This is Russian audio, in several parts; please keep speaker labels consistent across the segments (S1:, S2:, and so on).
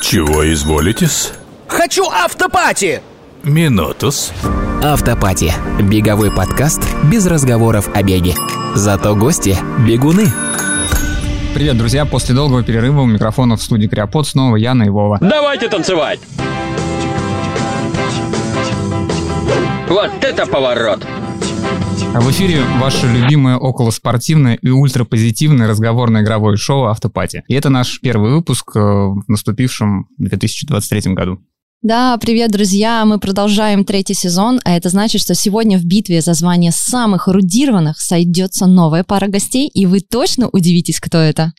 S1: Чего изволитесь?
S2: Хочу автопати!
S1: Минутус.
S3: Автопати. Беговой подкаст без разговоров о беге. Зато гости – бегуны.
S4: Привет, друзья. После долгого перерыва у микрофона в студии Криопод снова Яна и Вова.
S5: Давайте танцевать! Вот это поворот!
S4: А В эфире ваше любимое околоспортивное и ультрапозитивное разговорно-игровое шоу «Автопати». И это наш первый выпуск э, в наступившем 2023 году.
S6: Да, привет, друзья! Мы продолжаем третий сезон, а это значит, что сегодня в битве за звание самых эрудированных сойдется новая пара гостей, и вы точно удивитесь, кто это.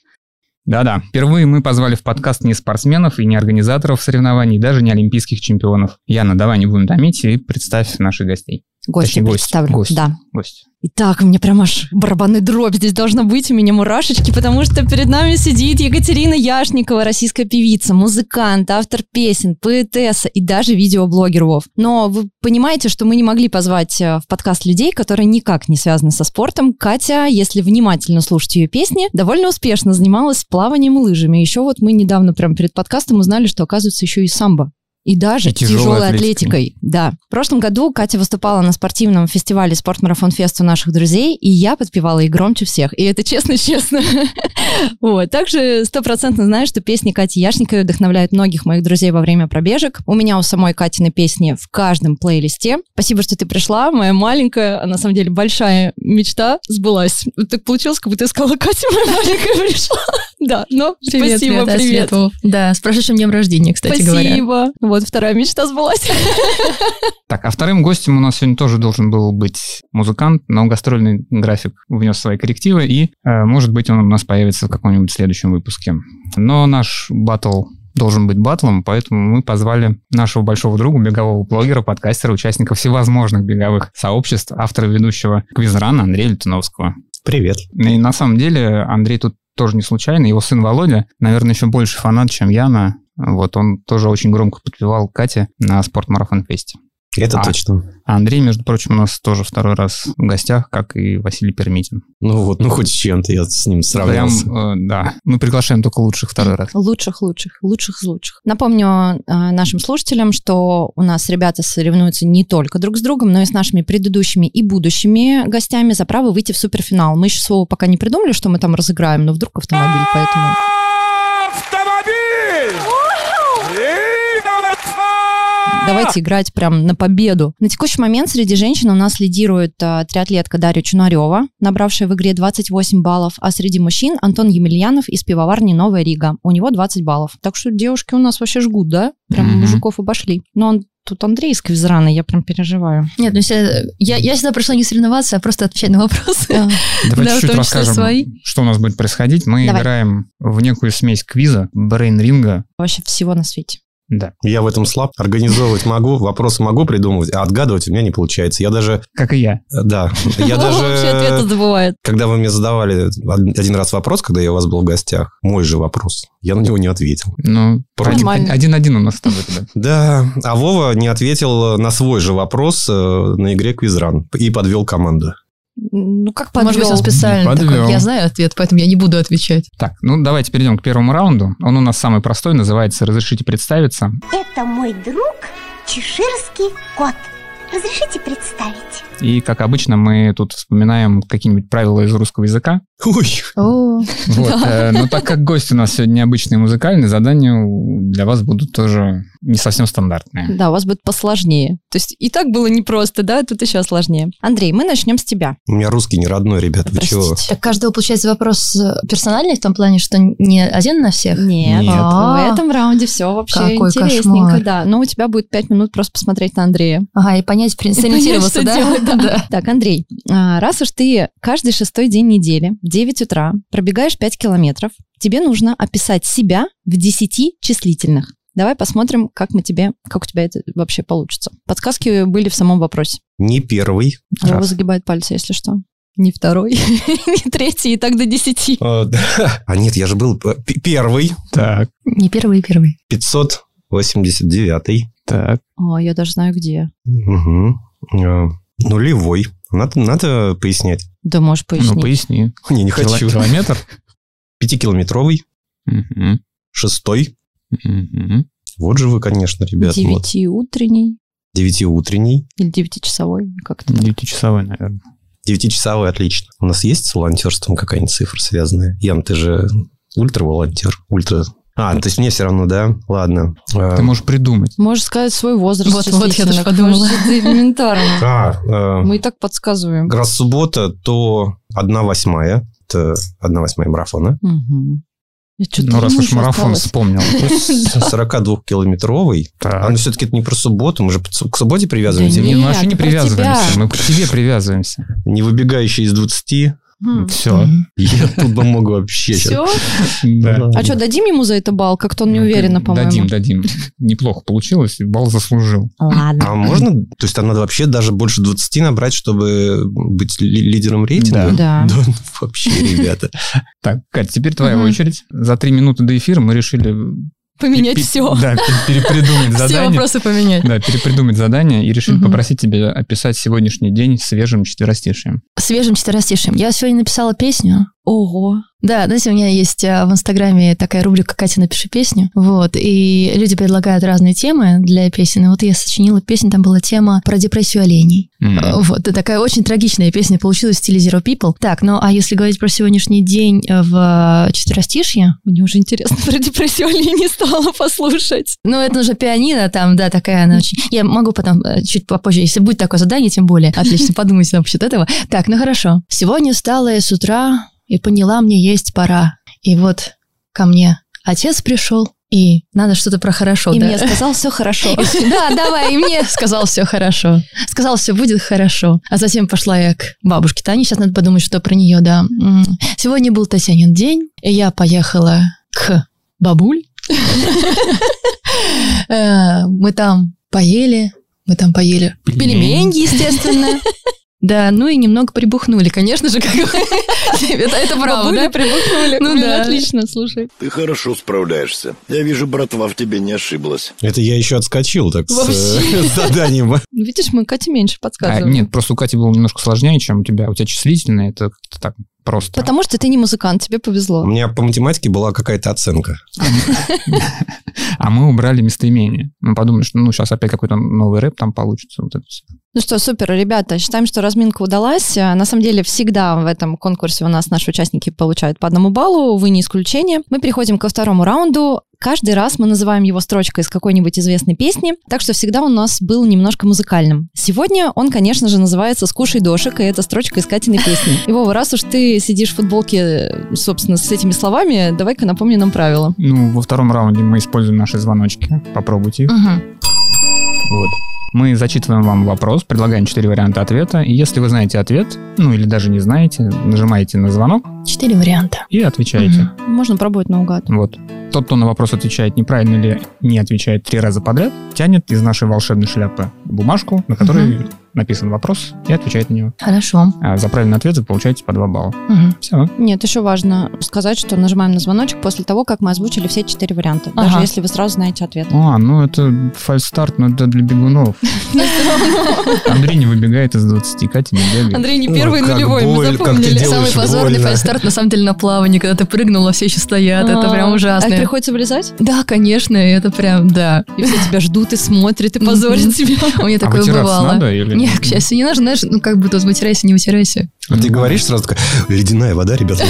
S4: Да-да, впервые мы позвали в подкаст не спортсменов и не организаторов соревнований, и даже не олимпийских чемпионов. Яна, давай не будем томить и представь наших гостей.
S6: Гости
S4: Точнее, гость,
S6: представлю.
S4: гость.
S6: Да.
S4: Гость.
S6: И так, мне прям аж барабанный дробь здесь должна быть, у меня мурашечки, потому что перед нами сидит Екатерина Яшникова, российская певица, музыкант, автор песен, поэтесса и даже видеоблогер Вов. Но вы понимаете, что мы не могли позвать э, в подкаст людей, которые никак не связаны со спортом. Катя, если внимательно слушать ее песни, довольно успешно занималась плаванием и лыжами. Еще вот мы недавно прям перед подкастом узнали, что оказывается еще и самбо. И даже
S4: И тяжелой
S6: тяжелой
S4: атлетикой.
S6: атлетикой. Да. В прошлом году Катя выступала на спортивном фестивале «Спортмарафон Фест» у наших друзей, и я подпевала ей громче всех. И это честно-честно. Вот. Также стопроцентно знаю, что песни Кати Яшниковой вдохновляют многих моих друзей во время пробежек. У меня у самой Катины песни в каждом плейлисте. Спасибо, что ты пришла. Моя маленькая, а на самом деле большая мечта сбылась. Вот Так получилось, как будто я сказала, Катя, моя маленькая пришла. Да, но
S7: Привет,
S6: спасибо,
S7: Света,
S6: привет.
S7: Свет, Вов. Да, с прошедшим днем рождения, кстати говоря.
S6: Спасибо. Вот вторая мечта сбылась.
S4: Так, а вторым гостем у нас сегодня тоже должен был быть музыкант, но гастрольный график внес свои коррективы, и, э, может быть, он у нас появится в каком-нибудь следующем выпуске. Но наш батл должен быть батлом, поэтому мы позвали нашего большого друга, бегового блогера, подкастера, участника всевозможных беговых сообществ, автора и ведущего квизрана Андрея Летуновского.
S8: Привет.
S4: И на самом деле Андрей тут тоже не случайно. Его сын Володя, наверное, еще больше фанат, чем Яна. Вот он тоже очень громко подпевал Кате на спортмарафон-фесте.
S8: Это
S4: А.
S8: точно.
S4: А Андрей, между прочим, у нас тоже второй раз в гостях, как и Василий Пермитин.
S8: Ну вот, ну хоть с чем-то я с ним сравнялся.
S4: Прям, э, да. Мы приглашаем только лучших второй раз.
S6: Лучших, лучших, лучших из лучших. Напомню э, нашим слушателям, что у нас ребята соревнуются не только друг с другом, но и с нашими предыдущими и будущими гостями за право выйти в суперфинал. Мы еще слово пока не придумали, что мы там разыграем, но вдруг автомобиль, поэтому...
S7: А!
S6: Давайте играть прям на победу. На текущий момент среди женщин у нас лидирует э, триатлетка Дарья Чунарева, набравшая в игре 28 баллов, а среди мужчин Антон Емельянов из пивоварни «Новая Рига». У него 20 баллов. Так что девушки у нас вообще жгут, да? Прям
S4: Мгм.
S6: мужиков обошли. Но он Тут Андрей из Квизрана, я прям переживаю.
S7: Нет, ну ся- я, я сюда пришла не соревноваться, а просто отвечать на вопросы.
S4: Давайте
S7: Да, в
S4: чуть-чуть
S7: том числе
S4: расскажем,
S7: свои.
S4: что у нас будет происходить. Мы
S6: Давай.
S4: играем в некую смесь квиза, брейн-ринга.
S6: Вообще всего на свете.
S4: Да.
S8: Я в этом слаб. Организовывать могу, вопросы могу придумывать, а отгадывать у меня не получается. Я даже,
S4: Как и я.
S8: э, да, я
S6: Вообще ответы
S8: даже...
S6: забывает.
S8: Когда вы мне задавали од- один раз вопрос, когда я у вас был в гостях, мой же вопрос, я на него не ответил.
S4: Ну,
S8: Против.
S4: один- один-один у нас с тобой тогда.
S8: Да, а Вова не ответил на свой же вопрос э, на игре Квизран и подвел команду.
S6: Ну, как
S7: Может быть, он
S6: подвел.
S7: специально такой,
S4: Подвел.
S7: Я знаю ответ, поэтому я не буду отвечать.
S4: Так, ну давайте перейдем к первому раунду. Он у нас самый простой, называется «Разрешите представиться».
S9: Это мой друг Чеширский кот. Разрешите представить?
S4: И, как обычно, мы тут вспоминаем какие-нибудь правила из русского языка.
S8: Ой,
S7: О,
S4: Вот, э, но так как гость у нас сегодня необычный и музыкальный, задания у- для вас будут тоже не совсем стандартные.
S6: Да, у вас будет посложнее. То есть и так было непросто, да, А тут еще сложнее. Андрей, мы начнем с тебя.
S8: у меня русский не родной, ребят, вы чего?
S6: Простите.
S7: так каждого получается вопрос э, персональный в том плане, что не один на всех. А, ну,
S6: Нет,
S8: Нет.
S6: в этом раунде все вообще
S7: Какой
S6: интересненько,
S7: кошмар.
S6: да. Но у тебя будет пять минут просто посмотреть на Андрея.
S7: Ага, и понять, в принципе, сориентироваться,
S6: что
S7: да?
S6: делать, да.
S7: Да.
S6: Так, Андрей, а, раз уж ты каждый шестой день недели в 9 утра пробегаешь 5 километров, тебе нужно описать себя в 10 числительных. Давай посмотрим, как мы тебе, как у тебя это вообще получится. Подсказки были в самом вопросе.
S8: Не первый.
S4: Раз.
S6: Вова загибает пальцы, если что. Не второй, не третий, и так до 10.
S8: Э, да. А нет, я же был п- п- первый.
S4: Так,
S7: Не первый и первый.
S8: 589.
S4: так.
S6: О, А, я даже знаю, где.
S8: Угу. Нулевой. Надо, надо пояснять.
S6: Да можешь пояснить.
S4: Ну, поясни.
S8: Не, не
S4: Кило-
S8: хочу.
S4: Километр?
S8: Пятикилометровый,
S4: Мгм.
S8: шестой,
S4: Мгм.
S8: Вот же вы, конечно, ребят. Вот.
S6: Девятиутренний
S8: Девятиутренний.
S6: или девятичасовой, как-то так.
S4: Девятичасовой, наверное.
S8: Девятичасовой, отлично. У нас есть с волонтерством какая-нибудь цифра связанная? Ян, ты же ультра-волонтер. Ультра... А, то есть мне все равно, да? Ладно. А,
S4: Ты можешь придумать.
S6: Можешь сказать свой возраст.
S7: Вот- вот я тоже
S6: числительно,
S7: подумала.
S6: потому что это элементарно.
S8: а, э,
S6: Мы и так подсказываем.
S8: раз суббота, то 1 восьмая. Это 1 восьмая марафона.
S6: Мгм. Я чё-то
S4: Ну, раз
S6: думаю,
S4: уж
S6: что
S4: марафон
S6: осталось.
S4: вспомнил.
S8: Ну, с 42-километровый. А,
S4: Так.
S8: ну все-таки это не про субботу, мы же под- к субботе
S6: Да
S8: привязываемся.
S4: Не,
S6: нет,
S4: мы вообще не
S6: про
S4: привязываемся.
S6: тебя.
S4: Мы к тебе привязываемся.
S8: Не выбегающий из 20.
S7: Хм.
S6: М.
S4: Все.
S8: Я тут бы мог вообще сейчас.
S6: Все? А что, дадим ему за это балл? Как-то он не уверенно, по-моему.
S4: Ну, Дадим, дадим. Неплохо получилось, и балл заслужил.
S6: Ладно.
S8: А можно, то есть там надо вообще даже больше 20 набрать, чтобы быть ли- лидером рейтинга?
S6: Да. Да.
S8: ну вообще, ребята.
S4: Так, Катя, теперь твоя
S6: Мгм.
S4: очередь. За три минуты до эфира мы решили...
S6: Поменять
S4: пи- пи-
S6: все.
S4: Да, пе- перепридумать
S7: Все
S4: задание.
S7: вопросы поменять.
S4: Да, перепридумать задание и решили
S7: Мгм.
S4: попросить тебя описать сегодняшний день свежим четверостишием.
S7: Свежим четверостишием. Я сегодня написала песню.
S6: Ого.
S7: Да, знаете, у меня есть э, в Инстаграме такая рубрика «Катя, напиши песню». Вот, и люди предлагают разные темы для песен. И вот я сочинила песню, там была тема про депрессию оленей. Э, Вот, и такая очень трагичная песня получилась в стиле Zero People. Так, ну а если говорить про сегодняшний день э, в э, четверостишье,
S6: Мне уже интересно про депрессию не стало послушать.
S7: ну это уже пианино там, да, такая она очень... Я могу потом э, чуть попозже, если будет такое задание, тем более. Отлично, подумайте насчет этого. Так, ну хорошо. Сегодня встала я с утра и поняла, мне есть пора. И вот ко мне отец пришел, и надо что-то про хорошо,
S6: И
S7: да? Ну
S6: мне сказал, все хорошо.
S7: Да, давай, и мне сказал, все хорошо. Сказал, все будет хорошо. А затем пошла я к бабушке Тане. Сейчас надо подумать, что про нее, да. М, Сегодня был Татьянин день, и я поехала к бабуль. Э, Мы там поели, мы там поели
S4: Пельмени.
S7: пельмени, естественно. Да, ну и немного прибухнули, конечно же, как вы- Это это
S6: Бабуля
S7: правда.
S6: прибухнули.
S7: Ну
S6: Блин,
S7: да.
S6: Отлично, слушай.
S10: Ты хорошо справляешься. Я вижу, братва в тебе не ошиблась.
S8: Это я еще отскочил так с э, с заданием.
S6: Ну, Видишь, мы Кате меньше
S4: А,
S6: подсказываем.
S4: нет, просто у Кати было немножко сложнее, чем у тебя. У тебя числительное, это как-то так просто.
S6: Потому что ты не музыкант, тебе
S8: У
S6: повезло.
S8: меня по математике была какая-то оценка.
S4: А мы убрали местоимение. Мы подумали, что ну сейчас опять какой-то новый рэп там получится. Вот это всё.
S6: Ну что, супер, ребята, считаем, что разминка удалась. А, На самом деле, всегда в этом конкурсе у нас наши участники получают по одному баллу, вы не исключение. Мы переходим ко второму раунду. Каждый раз мы называем его строчкой из какой-нибудь известной песни, так что всегда он у нас был немножко музыкальным. Сегодня он, конечно же, называется «Скушай дошик», и это строчка из Катиной песни. И, Вова, раз уж ты сидишь в футболке, э, собственно, с этими словами, давай-ка напомни нам правила.
S4: Ну, во втором раунде мы используем наши звоночки. Попробуйте их.
S7: Мгм.
S4: Вот. Мы зачитываем вам вопрос, предлагаем четыре варианта ответа. И если вы знаете ответ, ну или даже не знаете, нажимаете на звонок
S7: Четыре варианта.
S4: и отвечаете.
S6: Можно пробовать наугад.
S4: Вот. Тот, кто на вопрос отвечает неправильно или не отвечает три раза подряд, тянет из нашей волшебной шляпы бумажку, на которой написан вопрос, и отвечает на него.
S7: Хорошо.
S4: А за правильный ответ вы получаете по два балла.
S7: Мгм.
S4: Все.
S6: Нет, еще важно сказать, что нажимаем на звоночек после того, как мы озвучили все четыре варианта.
S7: Ага.
S6: Даже если вы сразу знаете ответ.
S4: А, ну это фальстарт, но это для бегунов. Андрей не выбегает из 20, Катя не бегает.
S6: не
S8: Ну, как боль, как ты делаешь
S7: Самый позорный
S8: больно.
S7: фальстарт на самом деле на плавании, когда ты прыгнула, все еще стоят.
S6: А,
S7: Это прям ужасно.
S6: Так приходится вылезать?
S7: Да, конечно, это прям, да.
S6: И все тебя ждут и смотрят, и позорят
S7: Мгм.
S6: тебя.
S7: У меня
S4: А
S7: такое
S4: вытираться
S7: бывало.
S4: надо или...
S7: Нет, к счастью, не нужно, знаешь, ну как бы тут вытирайся, не вытирайся.
S8: А ты говоришь сразу такая, ледяная вода, ребята.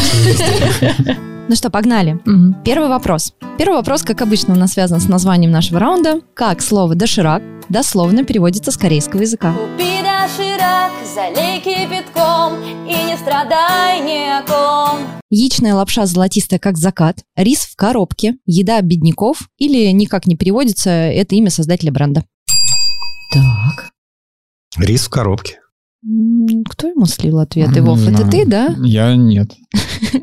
S6: Ну что, погнали.
S7: Мгм.
S6: Первый вопрос. Первый вопрос, как обычно, у нас связан с названием нашего раунда. Как слово «доширак» дословно переводится с корейского языка?
S11: Купи доширак, залей кипятком и не страдай ни о ком.
S6: Яичная лапша золотистая, как закат, рис в коробке, еда бедняков или никак не переводится это имя создателя бренда. Так.
S8: Рис в коробке.
S6: М, Кто ему слил ответ,
S4: Не
S6: Ивов? Это
S4: знаю.
S6: ты, да?
S4: Я нет.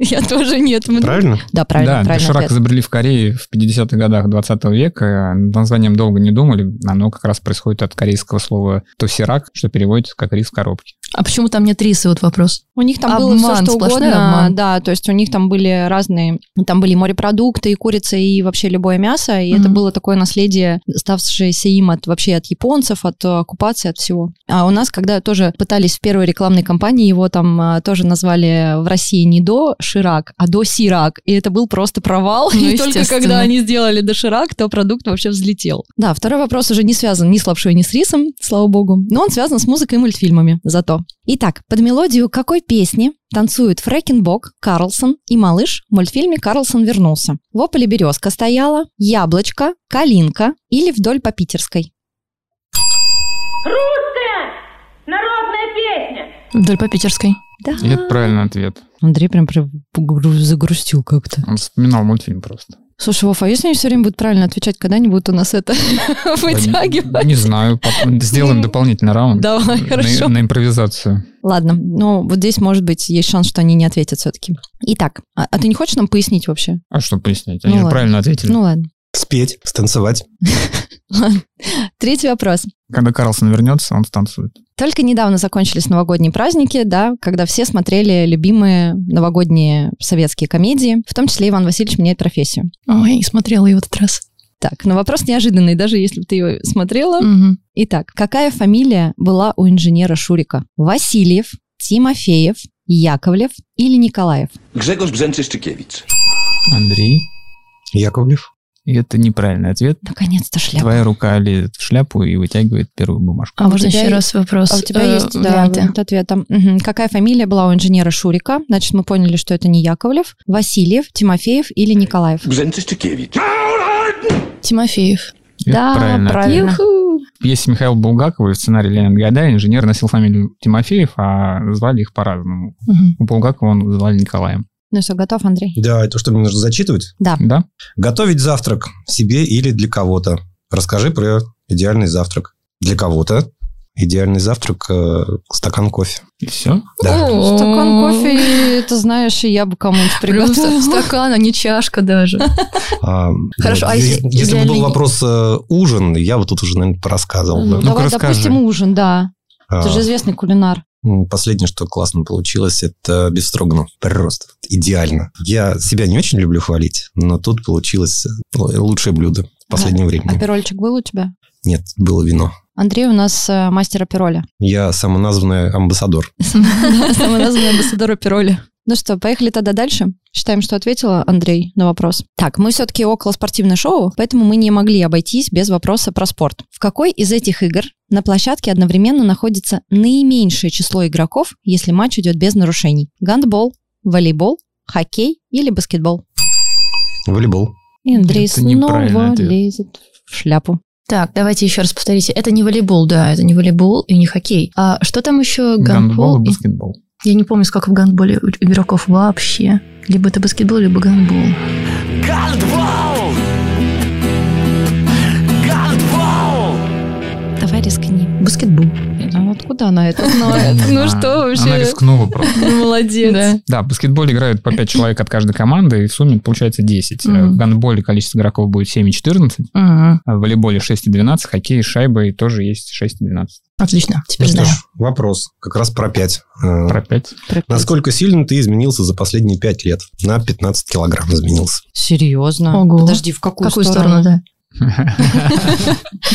S6: Я тоже нет. мы-
S8: Правильно?
S6: Ну, Да, правильно,
S4: да,
S6: правильно.
S4: доширак
S6: ответ.
S4: изобрели в Корее в 50-х годах 20 века. Над названием долго не думали. Оно как раз происходит от корейского слова тосирак, что переводится как рис в коробке.
S7: А почему там нет риса, вот вопрос?
S6: У них там было все,
S7: Обман,
S6: что
S7: сплошной
S6: угодно.
S7: обман.
S6: Да, то есть у них там были разные, там были и морепродукты, и курица, и вообще любое мясо. И это
S7: Мгм.
S6: было такое наследие, ставшееся им от вообще от японцев, от э, оккупации, от всего. А у нас, когда тоже пытались пытались в первой рекламной кампании, его там а, тоже назвали в России не до Ширак, а до Сирак. И это был просто провал.
S7: Ну,
S6: и только
S7: естественно.
S6: когда они сделали до Ширак, то продукт вообще взлетел. Да, второй вопрос уже не связан ни с лапшой, ни с рисом, слава богу. Но он связан с музыкой и мультфильмами зато. Итак, под мелодию какой песни танцуют Фрэкенбок, Карлсон и малыш в мультфильме «Карлсон вернулся». Вопль и березка стояла, яблочко, калинка или вдоль по питерской.
S12: Русская народная песня.
S7: Вдоль по питерской.
S6: Да.
S4: И это правильный ответ.
S6: Андрей прям, прям погру- загрустил как-то.
S4: Он вспоминал мультфильм просто.
S6: Слушай, Вов, а если они все время будут правильно отвечать, когда они будут у нас это вытягивать?
S4: Не знаю, поп- сделаем дополнительный раунд.
S6: Давай,
S4: На-
S6: хорошо.
S4: На импровизацию.
S6: Ладно, ну вот здесь, может быть, есть шанс, что они не ответят все-таки. Итак, а, а ты не хочешь нам пояснить вообще?
S4: А что пояснять?
S6: Ну
S4: Они же
S6: ладно.
S4: правильно ответили.
S6: Ну ладно.
S8: Спеть, станцевать.
S6: Третий вопрос.
S4: Когда Карлсон вернется, он станцует.
S6: Только недавно закончились новогодние праздники, да, когда все смотрели любимые новогодние советские комедии, в том числе «Иван Васильевич меняет профессию».
S7: Ой, смотрела ее в этот раз.
S6: Так, но вопрос неожиданный, даже если бы ты его смотрела.
S7: Мгм.
S6: Итак, какая фамилия была у инженера Шурика? Васильев, Тимофеев, Яковлев или Николаев?
S5: Грегос Бзенцистыкевич.
S4: Андрей.
S8: Яковлев.
S4: И это неправильный ответ.
S6: Наконец-то шляпа.
S4: Твоя рука лезет в шляпу и вытягивает первую бумажку.
S7: А,
S6: А у
S7: можно
S6: тебя
S7: еще
S6: е-
S7: раз вопрос?
S6: А у тебя
S7: э,
S6: есть да,
S7: варианты?
S6: вариант ответа. Мгм. Какая фамилия была у инженера Шурика? Значит, мы поняли, что это не Яковлев, Васильев, Тимофеев или
S7: Э,
S6: Николаев.
S5: Бзенцистыкевич.
S7: Тимофеев.
S4: И это правильный ответ.
S6: Юху.
S4: Если Михаил Булгаков и в сценарии Леонид Гайдай, инженер носил фамилию Тимофеев, а звали их по-разному.
S7: Мгм.
S4: У Булгакова он звали Николаем.
S6: Ну все, готов, Андрей?
S8: Да, это что, мне нужно зачитывать?
S4: Да?
S8: Готовить завтрак себе или для кого-то. Расскажи про идеальный завтрак. Для кого-то идеальный завтрак э, стакан кофе.
S4: И все?
S8: Да.
S7: О,
S6: Стакан кофе, ты знаешь, и я бы кому-нибудь
S7: Прям ста-
S6: приготовила.
S7: стакан, а не чашка даже.
S8: А,
S7: Хорошо,
S8: вот,
S7: а
S8: е-
S7: если
S8: если бы был
S7: идеальный-
S8: вопрос э, ужин, я бы тут уже, наверное, порассказывал. бы.
S4: Ну-ка
S6: Давай,
S4: расскажи.
S6: допустим, ужин, да. Ты
S8: А,
S6: же известный кулинар.
S8: м, Последнее, что классно получилось, это бефстроганов. Просто идеально. Я себя не очень люблю хвалить, но тут получилось э, лучшее блюдо последнего
S4: Ну.
S6: А
S8: времени.
S6: пирольчик был у тебя?
S8: Нет, было вино.
S6: Андрей у нас э, мастер опероля.
S8: Я самоназванный амбассадор.
S6: Самоназванный амбассадор опероля. Ну что, поехали тогда дальше. Считаем, что ответила Андрей на вопрос. Так, мы все-таки около спортивное шоу, поэтому мы не могли обойтись без вопроса про спорт. В какой из этих игр на площадке одновременно находится наименьшее число игроков, если матч идет без нарушений? Гандбол, волейбол, хоккей или баскетбол?
S8: Волейбол.
S6: И Андрей
S4: Это неправильный
S6: снова
S4: ответ.
S6: лезет в шляпу.
S7: Так, давайте еще раз повторите. Это не волейбол, да, это не волейбол и не хоккей. А что там еще
S4: Гандбол
S7: гандбол?
S4: и
S7: и-
S4: баскетбол.
S7: Я не помню, сколько в гандболе у- игроков вообще. Либо это баскетбол, либо гандбол.
S6: Давай рискни.
S7: Баскетбол.
S6: Ну, откуда она это знает?
S4: Не
S6: Ну
S4: знаю.
S6: что
S4: Она
S6: вообще?
S4: рискнула а, просто.
S6: Ну, Молодец.
S4: Да, в баскетболе играют по 5 человек от каждой команды, и в сумме получается 10. Э, В
S7: Мгм.
S4: гандболе количество игроков будет 7 и 14,
S7: Мгм.
S4: а в волейболе 6 и 12, хоккей, шайбой тоже есть 6 и 12.
S7: Отлично, теперь
S8: Ну что
S7: знаю.
S8: ж, вопрос как раз про пять. Э,
S4: Про 5.
S8: Насколько сильно ты изменился за последние пять лет? На 15 килограмм изменился.
S6: Серьезно?
S7: Ого.
S6: Подожди, в
S7: В
S6: какую,
S7: какую сторону, да?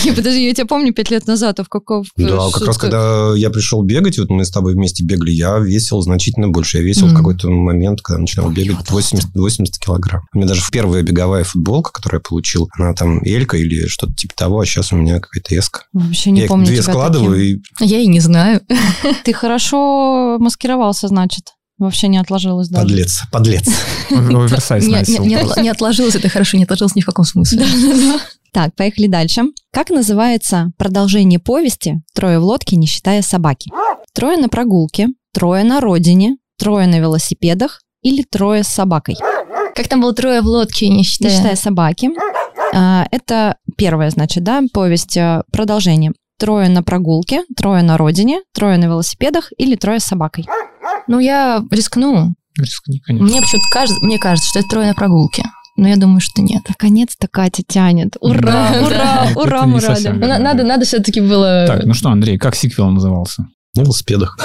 S6: Не, подожди, я тебя помню пять лет назад, а в каком...
S8: Да, как раз когда я пришел бегать, вот мы с тобой вместе бегали, я весил значительно больше. Я весил в
S7: Мгм.
S8: какой-то момент, когда начинал
S6: Ой,
S8: бегать,
S6: вот
S8: 80, 80 килограмм. У меня даже первая беговая футболка, которую я получил, она там элька или что-то типа того, а сейчас у меня какая-то эска.
S6: Вообще не
S8: я их
S6: помню
S8: две
S6: тебя
S8: складываю,
S6: таким.
S8: и
S7: Я и не знаю.
S6: Ты хорошо маскировался, значит. Вообще не отложилось даже.
S8: подлец, подлец.
S4: Оверсайз
S7: Не- Не
S4: носил.
S7: не отла- не отложилось это хорошо, не отложилось ни в каком смысле.
S6: Так, поехали дальше. Как называется продолжение повести «Трое в лодке, не считая собаки»? Трое на прогулке, трое на родине, трое на велосипедах или трое с собакой?
S7: Как там было трое в лодке, не
S6: не
S7: считая?
S6: считая собаки. А, Это первое, значит, да, повесть, э, продолжение. Трое на прогулке, трое на родине, трое на велосипедах или трое с собакой.
S7: Ну, я рискну.
S4: Рискни, конечно.
S7: Мне почему-то кажется, мне кажется, что это трое на прогулке. Но я думаю, что нет.
S6: Наконец-то Катя тянет. Ура,
S7: Да,
S6: ура,
S4: да.
S6: ура,
S4: Это не
S6: мы
S4: совсем
S6: рады.
S4: верно. На- надо-
S7: все-таки было...
S4: Так, ну что, Андрей, как сиквел назывался?
S8: На велосипедах.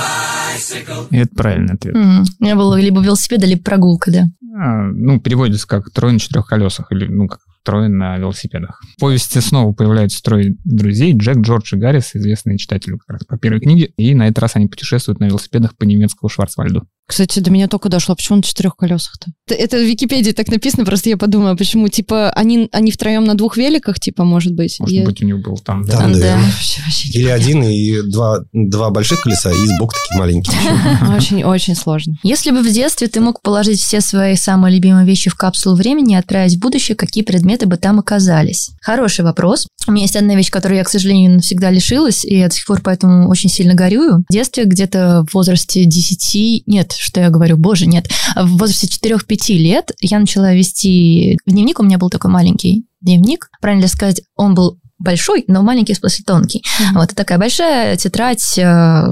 S4: И это правильный ответ.
S7: У меня было либо велосипед, либо прогулка, да.
S4: А, Ну, переводится как «трое на четырех колесах» или, ну, как трое на велосипедах. В повести снова появляются трое друзей, Джек, Джордж и Гаррис, известные читателю как раз по первой книге, и на этот раз они путешествуют на велосипедах по немецкому Шварцвальду.
S6: Кстати, до меня только дошло, почему на четырех колесах-то? Это, это в Википедии так написано, просто я подумала, почему, типа, они, они втроем на двух великах, типа, может быть?
S4: Может
S6: Я-
S4: быть, у них был там...
S7: А,
S8: Да,
S6: Да,
S8: да.
S6: вообще- вообще
S8: Или один и два, два больших колеса, и сбоку такие маленькие.
S6: не- Очень-очень сложно.
S7: Если бы в детстве ты мог положить все свои самые любимые вещи в капсулу времени и отправить в будущее, какие предметы бы там оказались? Хороший вопрос. У меня есть одна вещь, которую я, к сожалению, навсегда лишилась, и я до сих пор поэтому очень сильно горюю. В детстве где-то в возрасте 10... Нет, что я говорю, боже, нет. В возрасте 4-5 лет я начала вести дневник, у меня был такой маленький дневник. Правильно ли сказать, он был большой, но маленький в смысле тонкий. Вот и такая большая тетрадь э,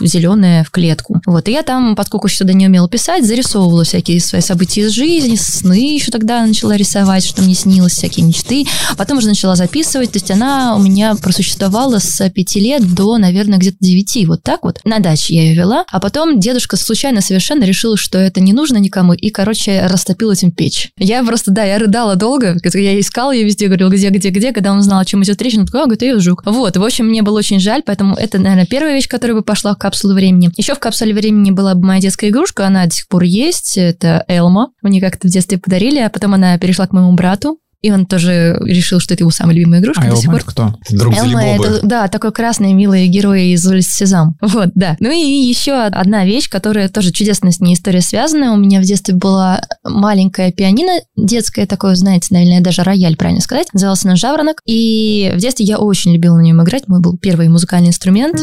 S7: зеленая в клетку. Вот, и я там, поскольку еще тогда не умела писать, зарисовывала всякие свои события из жизни, сны еще тогда начала рисовать, что мне снилось, всякие мечты. А Потом уже начала записывать, то есть она у меня просуществовала с пяти лет до, наверное, где-то девяти, вот так вот. На даче я ее вела, а потом дедушка случайно совершенно решил, что это не нужно никому, и, короче, растопил этим печь. Я просто, да, я рыдала долго, я искала ее везде, говорила, где, где, где, когда он узнал, о чем идет речь, он такой, а, говорит, ее жук. Вот, в общем, мне было очень жаль, поэтому это, наверное, первая вещь, которая бы пошла в капсулу времени. Еще в капсуле времени была бы моя детская игрушка, она до сих пор есть, это Элма, мне как-то в детстве подарили, а потом она перешла к моему брату, и он тоже решил, что это его самая любимая игрушка
S4: А
S7: до сих
S4: Элма
S7: пор.
S4: это кто?
S8: Друг
S7: Элма
S8: Зелебобы.
S7: это, да, такой красный, милый герой из улицы Сезам. Вот, да. Ну и еще одна вещь, которая тоже чудесно с ней история связана. У меня в детстве была маленькая пианино детское такое, знаете, наверное, даже рояль, правильно сказать. Называлась она «Жаворонок». И в детстве я очень любила на нем играть. Мой был первый музыкальный инструмент.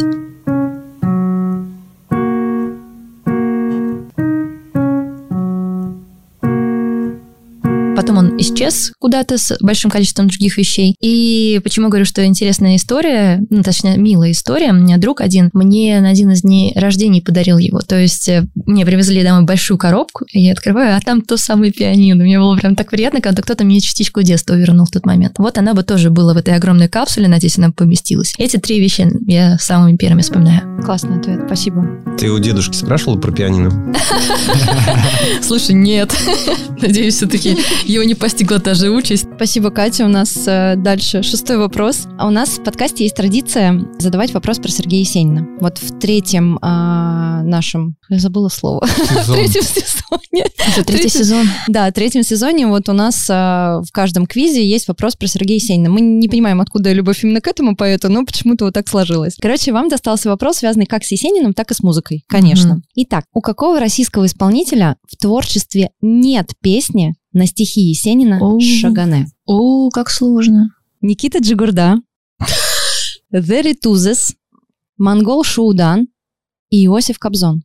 S7: Потом он исчез куда-то с большим количеством других вещей. И почему говорю, что интересная история, ну, точнее, милая история. У меня друг один мне на один из дней рождения подарил его. То есть э, мне привезли домой большую коробку, и я открываю, а там то самое пианино. Мне было прям так приятно, когда кто-то мне частичку детства вернул в тот момент. Вот она бы тоже была в этой огромной капсуле, надеюсь, она бы поместилась. Эти три вещи я самыми первыми вспоминаю.
S6: Классный ответ, спасибо.
S8: Ты у дедушки спрашивала про пианино?
S7: Слушай, нет. Надеюсь, все-таки его не постигла та же участь.
S6: Спасибо, Катя. У нас э, дальше шестой вопрос. А у нас в подкасте есть традиция задавать вопрос про Сергея Есенина. Вот в третьем а, нашем... Я забыла слово. В третьем сезоне.
S7: Это третий
S6: Третий-
S7: сезон.
S6: Да, в третьем сезоне вот у нас а, в каждом квизе есть вопрос про Сергея Есенина. Мы не понимаем, откуда любовь именно к этому поэту, но почему-то вот так сложилось. Короче, вам достался вопрос, связанный как с Есениным, так и с музыкой, конечно.
S7: Мгм.
S6: Итак, у какого российского исполнителя в творчестве нет песни на стихи Есенина
S7: О.
S6: «Шагане»?
S7: О, как сложно.
S6: Никита Джигурда, The Rituses, Монгол Шуудан и Иосиф Кобзон.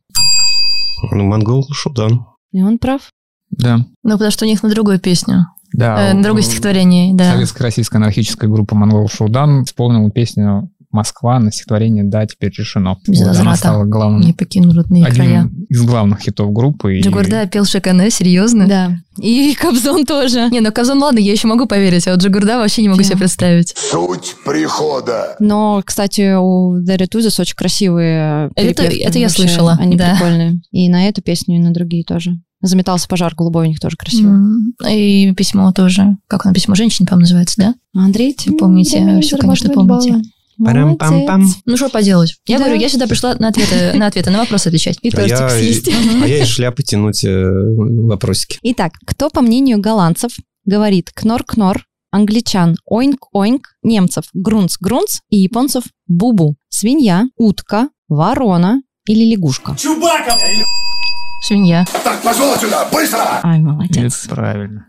S8: Ну, монгол Шудан.
S6: И он прав.
S4: Да.
S7: Ну, потому что у них на другую песню.
S4: Да.
S7: Э, на
S4: ну,
S7: другое стихотворение, да.
S4: Советско-российская анархическая группа «Монгол Шудан» исполнила песню «Москва» на стихотворение «Да, теперь решено».
S7: Без
S4: Вот она
S7: возврата.
S4: стала главным,
S7: Не покину родные края.
S4: одним из главных хитов группы. ну, и-
S7: Джигурда пел Шакане, серьезно?
S6: Да. И Кобзон тоже.
S7: Не, ну Казан, ладно, я еще могу поверить, а вот Джигурда вообще не могу
S6: Да.
S7: себе представить.
S10: Суть прихода.
S6: Но, кстати, у The Rituses очень красивые
S7: Это-
S6: перепевки
S7: это я
S6: вообще.
S7: слышала,
S6: Они
S7: да.
S6: прикольные. И на эту песню, и на другие тоже. Заметался пожар голубой у них тоже красиво.
S7: М, И письмо тоже. Как оно, письмо женщины, по-моему, называется, да?
S6: Андрей,
S7: Вы помните, всё, конечно, помните.
S6: Молодец.
S7: Ну, что поделать? Я
S6: Да.
S7: говорю, я сюда пришла на ответы, на ответы, на вопросы отвечать.
S6: И
S8: А
S6: тортик
S8: я-
S6: съесть.
S8: А я из шляпы тянуть э, вопросики.
S6: Итак, кто, по мнению голландцев, говорит «кнор-кнор», англичан «ойнк-ойнк», немцев «грунц-грунц» и японцев «бубу»? Свинья, утка, ворона или лягушка?
S7: Свинья.
S10: Так, пошел отсюда, быстро!
S6: Ай, молодец.
S4: Это правильно.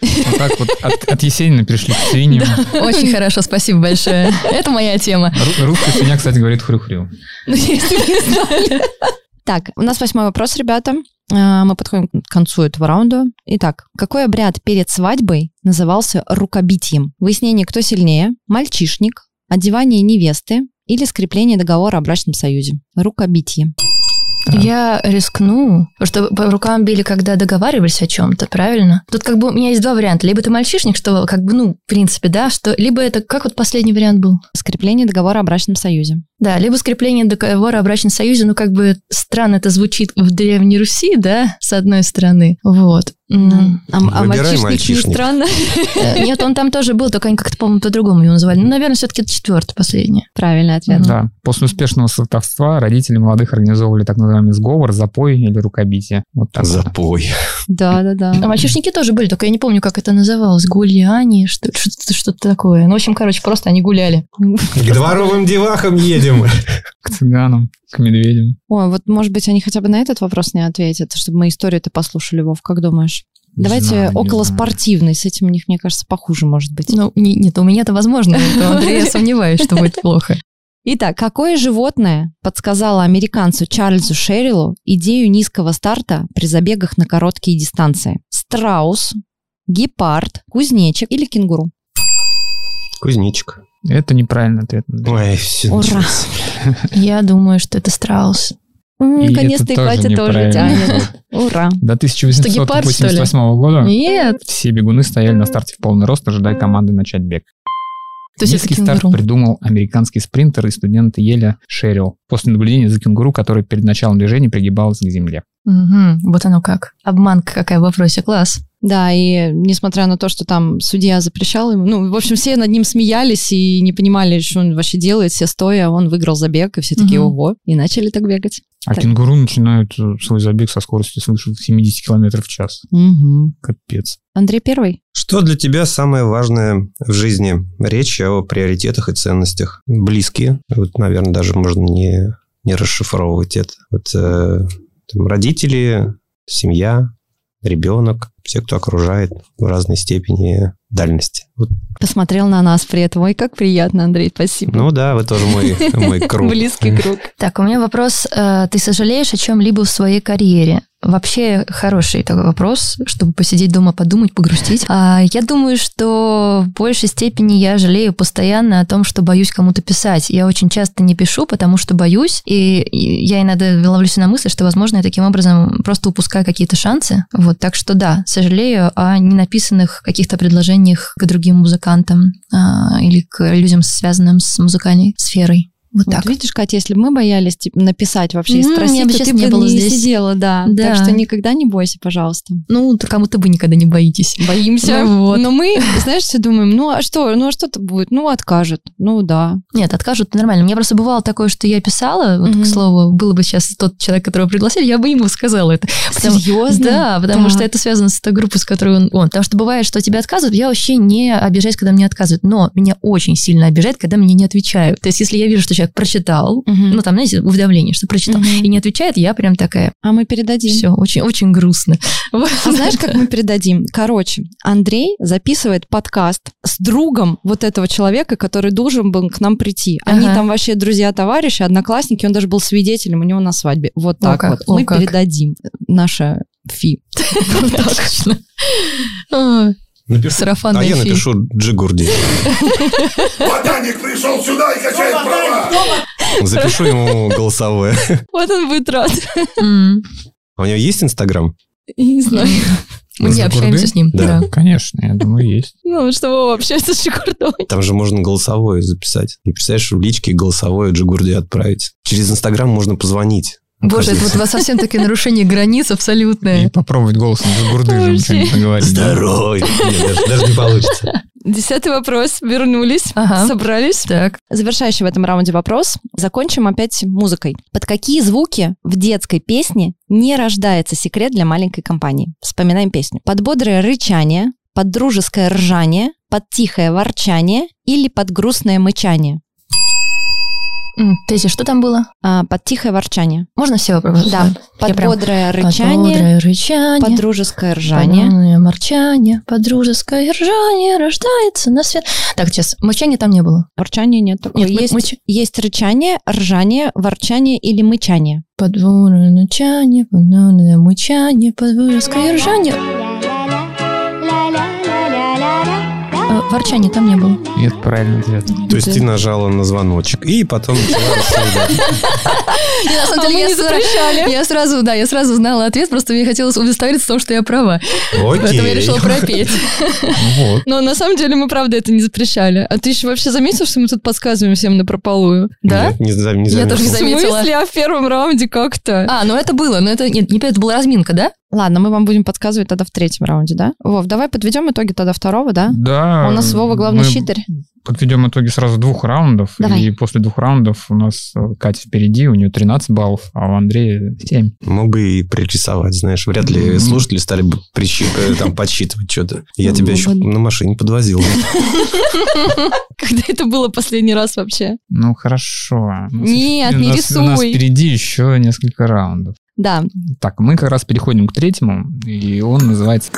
S4: Вот так вот от, от Есенина перешли к свиньям.
S7: Очень хорошо, спасибо большое. Это моя тема.
S4: Ру- Русская свинья, кстати, говорит хрю-хрю.
S6: Ну, если бы не знали. Так, у нас восьмой вопрос, ребята. А, Мы подходим к концу этого раунда. Итак, какой обряд перед свадьбой назывался рукобитием? Выяснение, кто сильнее? Мальчишник, одевание невесты или скрепление договора о брачном союзе? Рукобитие.
S4: Да.
S7: Я рискну, потому что по рукам били, когда договаривались о чем-то, правильно? Тут как бы у меня есть два варианта. Либо ты мальчишник, что как бы, ну, в принципе, да, что... Либо это... Как вот последний вариант был?
S6: Скрепление договора о брачном союзе.
S7: Да, либо скрепление договора о брачном союзе, ну, как бы странно это звучит в Древней Руси, да, с одной стороны, вот.
S6: М. А, а
S8: Выбирай
S6: мальчишник,
S8: мальчишник.
S6: не странно?
S7: Э, Нет, он там тоже был, только они как-то, по-моему, по-другому его называли. Ну, наверное, все-таки это четвертый, последний.
S6: Правильный ответ.
S4: Да. После успешного сватовства родители молодых организовывали так называемый сговор, запой или рукобитие. Вот так. вот.
S8: А Запой.
S6: Да, да, да.
S7: А мальчишники тоже были, только я не помню, как это называлось. Гуляни, что- что-то что-то такое. Ну, в общем, короче, просто они гуляли.
S8: К дворовым девахам едем.
S4: К цыганам, к медведям.
S6: Ой, вот, может быть, они хотя бы на этот вопрос не ответят, чтобы мы историю-то послушали, Вов, как думаешь?
S4: Не
S6: Давайте
S4: знаю, не
S6: около
S4: знаю.
S6: спортивной, с этим у них, мне кажется, похуже может быть.
S7: Ну, не- нет, у меня это возможно, вот у Андрея сомневаюсь, что будет плохо.
S6: Итак, какое животное подсказало американцу Чарльзу Шерилу идею низкого старта при забегах на короткие дистанции? Страус, гепард, кузнечик или кенгуру?
S8: Кузнечик.
S4: Это неправильный ответ.
S8: Ой, все.
S6: Ура.
S7: Я думаю, что это страус.
S6: М,
S4: И
S6: Наконец-то
S4: это
S6: и
S4: тоже
S6: Катя тоже
S4: неправильно.
S6: тянет. Ура.
S4: До
S7: Что, гепард, что ли?
S4: 1888 года
S7: Нет.
S4: все бегуны стояли на старте в полный рост, ожидая команды начать бег.
S7: То есть это
S4: Низкий старт
S7: кенгуру.
S4: придумал американский спринтер и студент Еля Шерил после наблюдения за кенгуру, который перед началом движения пригибалась к земле.
S7: Мгм, Вот оно как. Обманка какая в вопросе. Класс.
S6: Да, и несмотря на то, что там судья запрещал ему, ну, в общем, все над ним смеялись и не понимали, что он вообще делает, все стоя, он выиграл забег, и все такие,
S7: Мгм.
S6: ого, и начали так бегать.
S4: А
S6: Так.
S4: кенгуру начинают э, свой забег со скоростью свыше 70 км в час.
S6: Мгм.
S4: Капец.
S6: Андрей Первый?
S8: Что для тебя самое важное в жизни? Речь о приоритетах и ценностях. Близкие. Вот, наверное, даже можно не, не расшифровывать это. Вот, э, там, родители, семья, ребенок, все, кто окружает в разной степени дальности. Вот.
S6: Посмотрел на нас при этом. Ой, как приятно, Андрей, спасибо.
S8: Ну да, вы тоже мой, мой круг.
S6: Близкий круг.
S7: Так, у меня вопрос. э, Ты сожалеешь о чем-либо в своей карьере? Вообще хороший такой вопрос, чтобы посидеть дома, подумать, погрустить. А, я думаю, что в большей степени я жалею постоянно о том, что боюсь кому-то писать. Я очень часто не пишу, потому что боюсь, и и я иногда ловлюсь на мысли, что, возможно, я таким образом просто упускаю какие-то шансы. Вот, так что да, сожалею о ненаписанных каких-то предложениях к другим музыкантам а, или к людям, связанным с музыкальной сферой. Вот
S6: Вот
S7: так.
S6: видишь, Катя, если бы мы боялись типа, написать вообще и
S7: М,
S6: спросить,
S7: я бы
S6: то
S7: щас
S6: ты
S7: не
S6: бы
S7: была
S6: не
S7: здесь.
S6: сидела, да.
S7: Да.
S6: Так что никогда не бойся, пожалуйста.
S7: Ну, то кому-то вы никогда не боитесь.
S6: Боимся.
S7: Ну вот.
S6: Но мы, знаешь, все думаем, ну а что, ну а что-то будет, ну откажет, ну да.
S7: Нет, откажут нормально. Мне просто бывало такое, что я писала, вот,
S6: Мгм.
S7: к слову, было бы сейчас тот человек, которого пригласили, я бы ему сказала это. Потому-
S6: Серьезно?
S7: Да, потому
S6: Так.
S7: что это связано с той группой, с которой он, он. Потому что бывает, что тебя отказывают, я вообще не обижаюсь, когда мне отказывают. Но меня очень сильно обижает, когда мне не отвечают. То есть, если я вижу, что человек прочитал,
S6: Мгм.
S7: ну, там, знаете, уведомление, что прочитал,
S6: Мгм.
S7: и не отвечает, я прям такая,
S6: А мы передадим.
S7: все, очень-очень грустно. Вот.
S6: А знаешь, как мы передадим? Короче, Андрей записывает подкаст с другом вот этого человека, который должен был к нам прийти. Они
S7: Ага.
S6: там вообще друзья-товарищи, одноклассники. Он даже был свидетелем у него на свадьбе. Вот
S7: О
S6: так
S7: как,
S6: вот.
S7: о
S6: мы
S7: как.
S6: передадим наше фи.
S7: Точно. Ой,
S8: Напишу. А
S7: Сарафанное
S8: я
S7: эфир.
S8: напишу Джигурди.
S10: Ботаник пришел сюда и качает права!
S8: Запишу ему голосовое.
S6: Вот он будет рад.
S7: М.
S8: А У него есть Инстаграм?
S6: Не знаю.
S7: Мы не
S4: Джигурды?
S7: общаемся с ним.
S8: Да.
S7: Да.
S4: Конечно, я думаю, есть.
S6: Ну, что Вова общается с Шикурдой.
S8: Там же можно голосовое записать. И представляешь, в личке голосовое Джигурди отправить. Через Инстаграм можно позвонить.
S7: Боже, это вот у вас совсем таки нарушение границ
S4: И
S7: абсолютное.
S4: попробовать голосом Гурды же что-нибудь поговорить. да.
S8: Здоровый. Нет, даже, даже не получится.
S6: Десятый вопрос. Вернулись.
S7: Ага.
S6: Собрались.
S7: Так.
S6: Завершающий в этом раунде вопрос. Закончим опять музыкой. Под какие звуки в детской песне не рождается секрет для маленькой компании? Вспоминаем песню. Под бодрое рычание, под дружеское ржание, под тихое ворчание или под грустное мычание?
S7: М, Петя, что там было?
S6: А, под тихое ворчание.
S7: Можно все вопросы?
S6: Да, под
S7: Я прям-
S6: бодрое рычание,
S7: Подрое рычание.
S6: под дружеское ржание.
S7: Ржание. Морчание, подружеское ржание рождается на свет. Так, сейчас, мычания там не было.
S6: Ворчание нет такого.
S7: Нет, мы-
S6: есть,
S7: мыч-
S6: есть рычание, ржание, ворчание или мычание.
S7: Подвое рычание, подвое мычание, подружеское ржание. А, Э, Ворчания там не было.
S4: И это правильный ответ.
S8: То есть ты нажала на звоночек и потом начала рассуждать.
S7: Не, на самом
S6: А
S7: деле,
S6: мы
S7: я
S6: не
S7: сра-
S6: запрещали.
S7: Я сразу, да, я сразу знала ответ, просто мне хотелось удостовериться в том, что я права. Поэтому я
S8: Окей.
S7: решила пропеть.
S4: Ну Вот.
S6: Но на самом деле мы, правда, это не запрещали. А ты еще вообще заметил, что мы тут подсказываем всем на прополую?
S7: Да?
S8: Нет, не за- не
S7: Я тоже не
S8: заметил.
S6: В
S7: заметила.
S6: смысле, а в первом раунде как-то?
S7: А, ну это было, но это, нет, не это была разминка, да?
S6: Ладно, мы вам будем подсказывать тогда в третьем раунде, да? Вов, давай подведем итоги тогда второго, да? А
S4: Да.
S6: У нас Вова главный
S4: А, мы
S6: щитарь.
S4: Подведем итоги сразу двух раундов.
S6: Давай.
S4: И после двух раундов у нас э, Катя впереди, у нее 13 баллов, а у Андрея 7.
S8: Мог бы и пририсовать, знаешь. Вряд ли слушатели стали бы прищи- э, там подсчитывать что-то.
S7: Ну
S8: Я тебя еще на машине подвозил.
S6: Когда это было последний раз вообще?
S4: Ну, хорошо. У нас-
S6: Нет,
S4: у
S6: не
S4: нас- У нас
S6: рисуй.
S4: впереди еще несколько раундов.
S6: Да.
S4: Так, мы как раз переходим к третьему, и он называется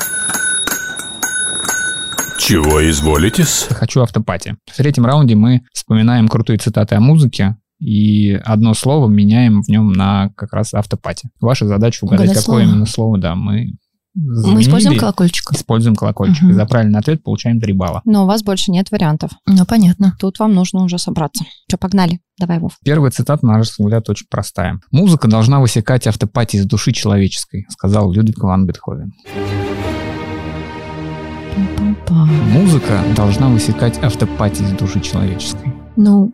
S1: Чего изволитесь?
S4: «Хочу автопати». В третьем раунде мы вспоминаем крутые цитаты о музыке, и одно слово меняем в нем на как раз автопати. Ваша задача угадать,
S7: Угадать
S4: какое
S7: слово.
S4: именно слово, да, мы
S7: Мы
S4: заменили.
S7: используем колокольчик.
S4: Используем колокольчик.
S7: Мгм.
S4: За правильный ответ получаем 3 балла.
S6: Но у вас больше нет вариантов.
S7: Ну, понятно.
S6: Тут вам нужно уже собраться. Че, погнали? Давай, Вов.
S4: Первая цитата, на наш взгляд, очень простая. «Музыка должна высекать автопати из души человеческой», сказал Людвиг ван Бетховен. Музыка должна высекать автопати из души человеческой.
S7: Ну,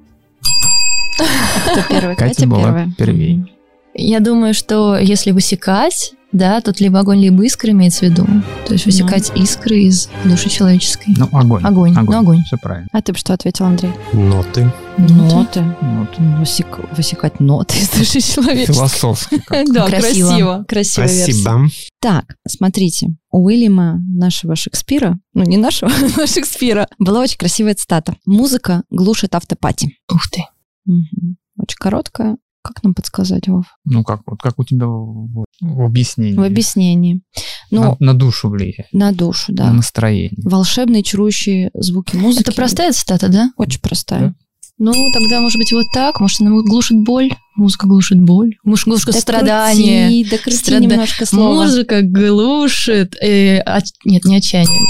S6: Кто первый?
S4: Катя, была
S6: первая.
S4: первей.
S7: я думаю, что если высекать, да, тут либо огонь, либо искры имеется в виду. То есть высекать искры из души человеческой.
S4: Ну, огонь.
S7: Огонь, ну, огонь.
S4: Все правильно.
S6: А ты бы что ответил, Андрей?
S8: Ноты.
S7: Ну,
S6: Ноты.
S4: Ну, Вот.
S6: Высек- Ну, Высекать ноты из души человеческой.
S4: Философски.
S6: Да,
S7: Красиво.
S6: красиво. Красивая версия.
S8: Спасибо.
S6: Так, смотрите, у Уильяма, нашего Шекспира, ну не нашего, но Шекспира, была очень красивая цитата. «Музыка глушит автопати».
S7: Ух ты.
S6: Мгм. Очень короткая. Как нам подсказать, Вов?
S4: Ну, как, вот, как у тебя в, в объяснении.
S6: В объяснении. Ну,
S4: на, на душу влияет,
S6: на душу, да.
S4: на настроение.
S6: Волшебные, чарующие звуки музыки.
S7: Это простая цитата, да?
S6: Очень простая.
S4: Да.
S7: Ну, тогда, может быть, вот так. Может, она глушит боль. Музыка глушит боль. Музыка глушит страдание.
S6: Докрути, докрути
S7: Страда-
S6: немножко слово.
S7: Музыка глушит. э, отч- Нет, не отчаяние.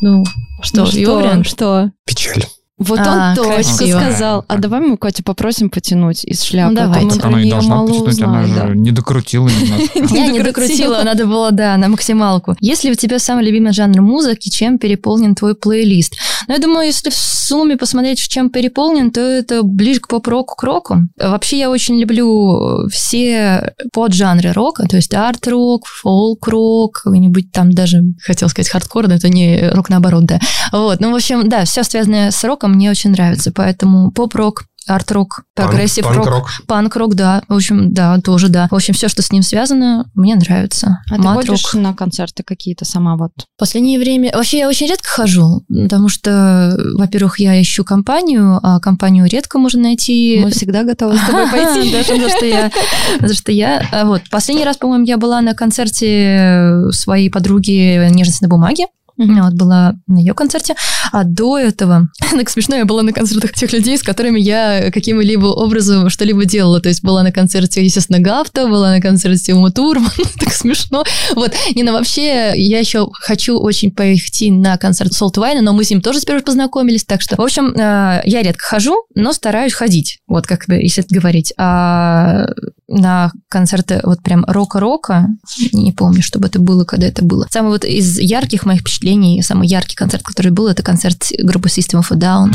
S7: Ну, что,
S6: Ну
S7: его вариант?
S6: что?
S8: Печаль.
S6: Вот
S7: А,
S6: он точно
S7: красиво.
S6: сказал. А давай мы Катю попросим потянуть из шляпы.
S7: Ну,
S6: а то
S7: давайте.
S6: мы
S7: Так
S6: про
S4: она и
S6: неё
S4: должна
S6: мало
S4: потянуть, она
S6: узнаем,
S4: же
S6: да.
S4: не докрутила немножко.
S7: Я не
S6: докрутила.
S7: докрутила, надо было, да, на максималку. Если у тебя самый любимый жанр музыки, чем переполнен твой плейлист? Ну, я думаю, если в сумме посмотреть, чем переполнен, то это ближе к поп-року, к року. Вообще, я очень люблю все поджанры рока, то есть арт-рок, фолк-рок, какой-нибудь там даже, хотел сказать, хардкор, но это не рок наоборот, да. Вот, ну, в общем, да, все связанное с роком мне очень нравится, поэтому поп-рок, арт-рок, прогрессив-рок.
S8: Панк-рок.
S7: Панк-рок, да. В общем, да, тоже, да. В общем, все, что с ним связано, мне нравится.
S6: А ты
S7: Мат-рок.
S6: ходишь на концерты какие-то сама вот?
S7: В последнее время... Вообще, я очень редко хожу, потому что, во-первых, я ищу компанию, а компанию редко можно найти.
S6: Мы всегда готовы с тобой пойти.
S7: Да, потому что я... Потому что я... а, Вот, последний раз, по-моему, я была на концерте э, своей подруги «Нежность на бумаге». Я вот была на ее концерте, а до этого, так смешно, я была на концертах тех людей, с которыми я каким-либо образом что-либо делала. То есть была на концерте, естественно, Гафта, была на концерте Ума Турман, так смешно. Вот, не, ну вообще, я еще хочу очень пойти на концерт Солт Вайна, но мы с ним тоже сперва познакомились, так что, в общем, э, я редко хожу, но стараюсь ходить, вот как бы, если это говорить. А на концерты вот прям рока-рока, не помню, чтобы это было, когда это было. Самый вот из ярких моих впечатлений, самый яркий концерт, который был, это концерт группы System of a Down.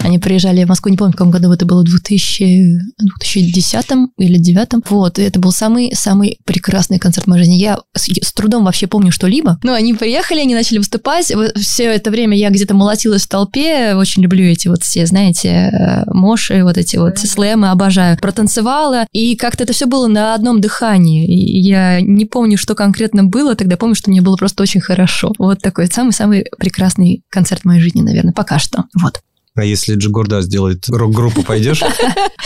S7: Они приезжали в Москву, не помню, в каком году это было, в 2000, 2010 или 2009. Вот, и это был самый-самый прекрасный концерт в моей жизни. Я с, с трудом вообще помню что-либо. Но они приехали, они начали выступать. Вот Все это время я где-то молотилась в толпе. Очень люблю эти вот все, знаете, э, моши, вот эти вот слэмы, обожаю. Протанцевала, и как-то это все было на одном дыхании. И я не помню, что конкретно было тогда, помню, что мне было просто очень хорошо. Вот такой самый-самый прекрасный концерт в моей жизни, наверное, пока что. Вот.
S8: А если Джигурда сделает рок-группу, пойдешь?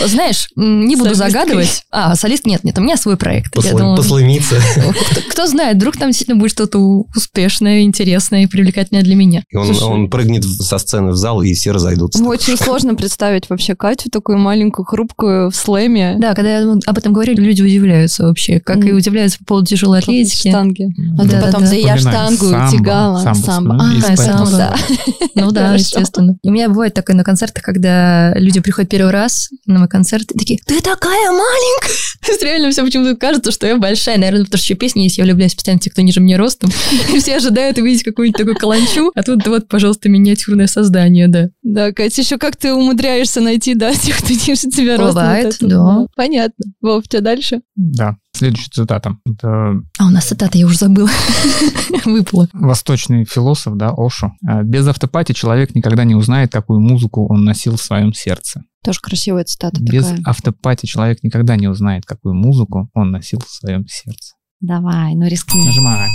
S7: Знаешь, м, не буду
S13: Солисткой.
S7: загадывать. А, солист нет, нет, у меня свой проект. Я
S8: Посла-
S7: думала,
S8: Послымиться.
S7: кто- Кто знает, вдруг там действительно будет что-то у- успешное, интересное и привлекательное для меня.
S8: И он,
S7: Слушай,
S8: он прыгнет в- со сцены в зал, и все разойдутся.
S6: Очень сложно представить вообще Катю такую маленькую, хрупкую в слэме.
S7: Да, когда я об этом говорю, люди удивляются вообще, как и удивляются по поводу тяжелой атлетики.
S6: Штанги. А
S7: Да,
S6: ты потом,
S7: да,
S6: да, я
S7: Вспоминаю.
S6: штангу
S7: Самбо,
S6: тягала.
S7: самбо вспоминаю.
S6: А,
S7: Из
S6: самбо,
S7: поэтов.
S6: да.
S7: Ну да,
S6: Хорошо.
S7: естественно. И у меня бывает такое на концертах, когда люди приходят первый раз на мой концерт и такие, ты такая маленькая! То есть реально все почему-то кажется, что я большая. Наверное, потому что еще песни есть, я влюбляюсь постоянно в тех, кто ниже мне ростом. И все ожидают увидеть какую-нибудь такую каланчу. А тут вот, пожалуйста, миниатюрное создание, да.
S6: Да, Катя, еще как ты умудряешься найти, да, тех, кто ниже тебя ростом?
S7: Бывает,
S6: вот это,
S7: да.
S6: Понятно. Вов, тебя дальше?
S4: Да. Следующая цитата. Это
S7: А у нас цитата, я уже забыла. Выпала.
S4: восточный философ, да, Ошо. А, Без автопати человек никогда не узнает, какую музыку он носил в своем сердце.
S6: Тоже красивая цитата
S4: Без
S6: такая.
S4: автопати человек никогда не узнает, какую музыку он носил в своем сердце.
S6: Давай, ну рискни.
S4: Нажимай.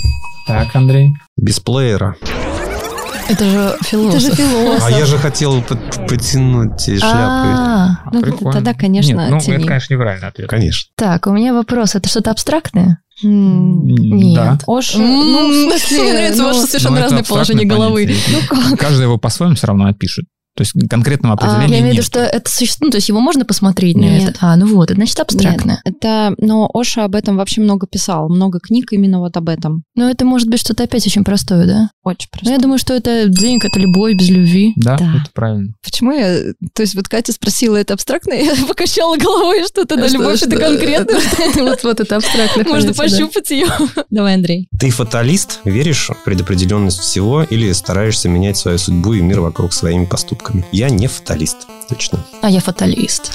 S4: Так, Андрей.
S8: Без плеера.
S7: Это же философ.
S6: Это же философ.
S8: А я же хотел под- потянуть тебе шляпы.
S7: А,
S6: Ну,
S4: Прикольно.
S6: тогда, конечно,
S4: Нет, ну,
S6: тяни.
S4: это, конечно, неправильный ответ.
S8: Конечно.
S7: Так, у меня вопрос. Это что-то абстрактное?
S6: М,
S4: М, Да.
S6: Ош,
S7: М,
S6: ну, в смысле,
S7: Мне нравится
S6: ну,
S7: ваше
S4: Но
S7: совершенно
S4: это
S7: разное положение
S4: абстрактное
S7: головы.
S4: понятие.
S7: Ну, как?
S4: Каждый его по-своему все равно опишет. То есть конкретного
S7: А,
S4: определения
S7: я имею в виду,
S4: нет.
S7: что это существует, ну, то есть его можно посмотреть на
S6: Нет.
S7: это. А, ну вот, это значит абстрактное.
S6: Нет, это, но Оша об этом вообще много писал, много книг именно вот об этом. Ну,
S7: Но Ну, это может быть что-то опять очень простое, да?
S6: Очень
S7: Но
S6: просто.
S7: я думаю, что это денег, это любовь без любви.
S4: Да,
S6: Да.
S4: это правильно.
S6: Почему я, то есть вот Катя спросила, это абстрактно, я покачала головой, что тогда
S7: Что-
S6: любовь
S7: что-
S6: это конкретно,
S7: Вот, вот это абстрактное.
S6: можно
S7: понятие, да.
S6: пощупать ее. Давай, Андрей.
S8: Ты фаталист, веришь в предопределенность всего или стараешься менять свою судьбу и мир вокруг своими поступками? Я не фаталист. Точно.
S7: А я фаталист.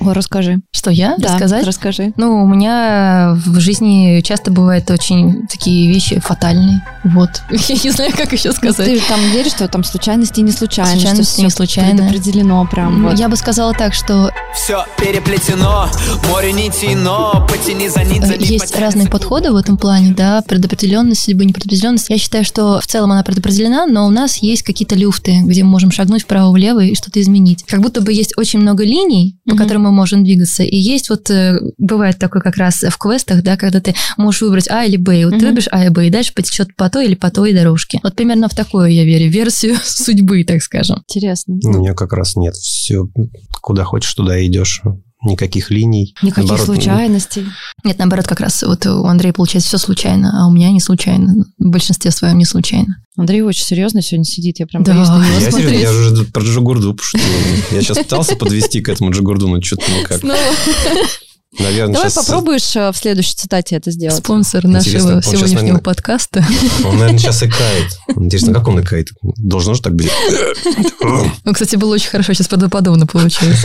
S6: О, расскажи.
S7: Что я?
S6: Да,
S7: Рассказать?
S6: расскажи.
S7: Ну, у меня в жизни часто бывают очень такие вещи фатальные. Вот. Я не знаю, как еще
S6: Ну,
S7: сказать.
S6: Ты же там веришь, что там случайности не случайно, что
S7: Случайности не
S6: всё
S7: случайно.
S6: предопределено прям вот.
S7: Я бы сказала так, что
S2: Все переплетено, море нитино, потяни за нить, за
S7: Э,
S2: нить,
S7: Есть
S2: потяни
S7: разные
S2: за нить.
S7: подходы в этом плане, да, предопределенность, либо непредопределенность. Я считаю, что в целом она предопределена, но у нас есть какие-то люфты, где мы можем шагнуть вправо-влево и что-то изменить. Как будто бы есть очень много линий, по
S6: Мгм.
S7: которым мы можем двигаться. И есть вот, э, бывает такое как раз в квестах, да, когда ты можешь выбрать А или Б, и вот ты
S6: Мгм.
S7: выберешь А и Б, и дальше потечет по той или по той дорожке. Вот примерно в такую я верю, версию судьбы, так скажем.
S6: Интересно.
S8: У меня как раз нет. Все, куда хочешь, туда и идешь. Никаких линий.
S6: Никаких
S8: Наоборот,
S6: случайностей.
S7: Нет, наоборот, как раз вот у Андрея получается все случайно, а у меня не случайно. В большинстве своем не случайно.
S6: Андрей очень серьезно сегодня сидит, я прям
S7: Да.
S6: боюсь на него
S7: Я
S8: Я,
S6: смотреть.
S8: серьезно, я же про Джигурду пошутил. Я сейчас пытался подвести к этому Джигурду, но что-то никак.
S6: Снова.
S8: Наверное,
S6: Ну, Давай
S8: сейчас...
S6: попробуешь э, в следующей цитате это сделать.
S7: Спонсор
S8: Интересно,
S7: нашего
S8: он сейчас
S7: сегодняшнего
S8: на-
S7: подкаста.
S8: Он, наверное, сейчас икает. Интересно, как он икает? Должно же так быть.
S7: Ну, кстати, было очень хорошо, сейчас правдоподобно получилось.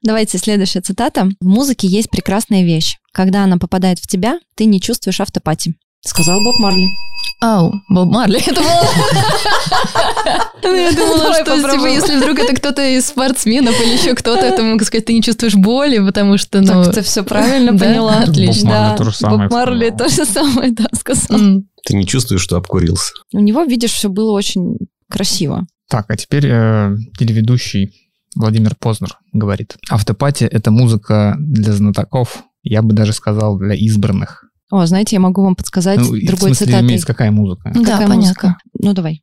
S6: Давайте следующая цитата. В музыке есть прекрасная вещь. Когда она попадает в тебя, ты не чувствуешь автопати. Сказал Боб Марли.
S7: Ау, Боб Марли. Это было... Я думала,
S6: Давай
S7: что типа,
S6: попробуем.
S7: если вдруг это кто-то из спортсменов или еще кто-то, это, могу сказать, ты не чувствуешь боли, потому что, ну...
S6: Так ты все правильно
S7: Да?
S6: поняла.
S4: Боб Марли
S6: Отлично. Да.
S4: то же самое
S6: Боб Марли
S4: сказал.
S6: то же самое, да, сказал.
S7: м,
S8: Ты не чувствуешь, что обкурился?
S6: У него, видишь, все было очень красиво.
S4: Так, а теперь э, телеведущий Владимир Познер говорит. Автопатия — это музыка для знатоков, я бы даже сказал, для избранных.
S6: О, знаете, я могу вам подсказать
S4: Ну, и в
S6: другой
S4: смысле
S6: цитатой. Ну,
S4: имеется, какая музыка.
S7: Да,
S6: Какая
S7: понятно.
S6: музыка? Ну, давай.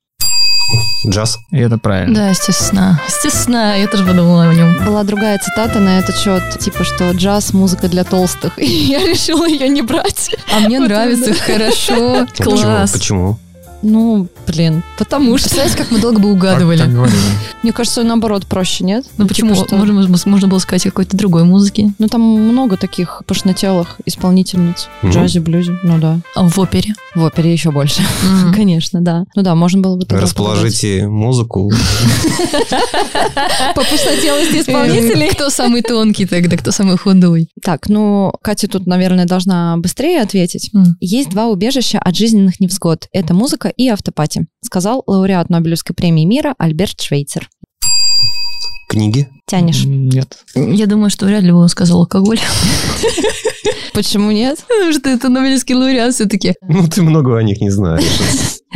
S8: Джаз?
S4: И это правильно.
S7: Да, естественно. Естественно, я тоже подумала о нем.
S6: Была другая цитата на этот счет, типа, что джаз – музыка для толстых. И я решила ее не брать.
S7: А мне
S6: Вот
S7: нравится,
S6: именно.
S7: хорошо,
S8: Ну,
S7: класс.
S8: Почему?
S6: Ну, блин, потому что...
S7: Представляете, как мы долго бы
S4: Так- так
S7: угадывали.
S4: говорили.
S6: Мне кажется, наоборот проще, нет?
S7: Ну почему?
S6: Типа, что-
S7: Можно можно было сказать о какой-то другой музыки.
S6: Ну, там много таких пышнотелых исполнительниц. В
S8: Мгм.
S6: джазе, блюзе, ну да.
S7: А В опере.
S6: В опере еще больше,
S7: М.
S6: конечно, да. Ну да, можно было бы... тогда
S8: Расположите музыку.
S6: подумать. По пышнотелости исполнителей.
S7: Э, Кто самый тонкий тогда, кто самый худой?
S6: Так, ну, Катя тут, наверное, должна быстрее ответить.
S7: М.
S6: Есть два убежища от жизненных невзгод. Это музыка и автопати, сказал лауреат Нобелевской премии мира Альберт Швейцер.
S8: Книги?
S6: Тянешь?
S4: Нет.
S7: Я думаю, что вряд ли бы он сказал алкоголь.
S6: Почему нет?
S7: Потому что это Нобелевский лауреат все-таки.
S8: Ну, ты много о них не знаешь.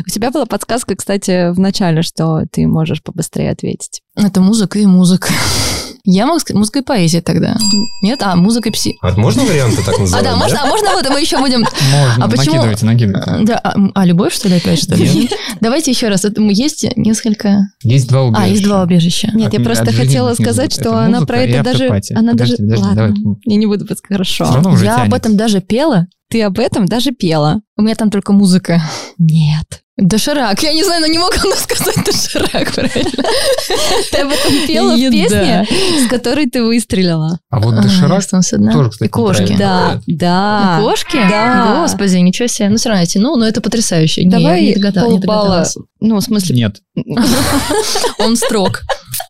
S6: У тебя была подсказка, кстати, в начале, что ты можешь побыстрее ответить.
S7: Это музыка и музыка. Я могу сказать, музыка и поэзия тогда. Нет? А, музыка и пси.
S8: А можно варианты так
S7: А
S8: называть?
S7: да, можно, а можно вот мы еще будем...
S4: Можно,
S7: А почему-
S4: накидывайте,
S6: Э,
S4: накидывайте.
S7: Да, а, а любовь, что ли, опять, что ли? Давайте еще раз. Это, м, Есть несколько...
S4: Есть два убежища.
S7: А, есть два убежища.
S6: Нет, я
S4: От-
S6: просто
S4: от жизни
S6: хотела
S4: нет, не
S6: сказать,
S4: будет.
S6: что
S4: Это
S6: она
S4: музыка
S6: про
S4: и
S6: это даже...
S4: автопатия.
S6: Она даже...
S4: Подожди, подожди,
S6: Ладно,
S4: давай.
S6: я не буду подсказывать.
S4: Всё
S6: Хорошо.
S4: равно уже
S7: Я об
S4: тянет.
S7: этом даже пела.
S6: Ты об этом даже пела.
S7: У меня там только музыка.
S6: Нет.
S7: Доширак. Я не знаю, но не могу она сказать доширак, правильно?
S6: Ты об этом пела в
S7: Еда.
S6: песне, с которой ты выстрелила.
S4: А вот доширак
S7: Что у нас одна?
S4: тоже, кстати,
S7: И кошки.
S4: неправильно.
S6: Да, да.
S7: Кошки?
S6: Да.
S7: Господи, ничего себе. Ну, все равно я тяну, но это потрясающе. Не,
S6: Давай
S7: я не, догада- не
S6: полбалла.
S7: догадалась.
S6: Ну, в смысле...
S4: нет.
S7: Он строг.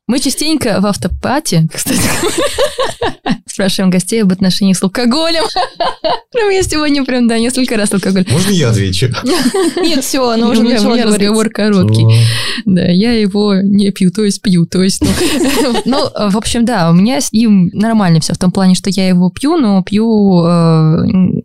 S7: Мы частенько в автопате, кстати, спрашиваем гостей об отношениях с алкоголем. Прям я сегодня прям, да, несколько раз алкоголь.
S8: Можно я отвечу?
S6: Нет, все, она
S7: Ну,
S6: уже
S7: у меня
S6: начала
S7: разговор
S6: говорить.
S7: короткий. Да, я его не пью, то есть пью, то есть... ну. Ну, э, в общем, да, у меня с ним нормально все в том плане, что я его пью, но пью э,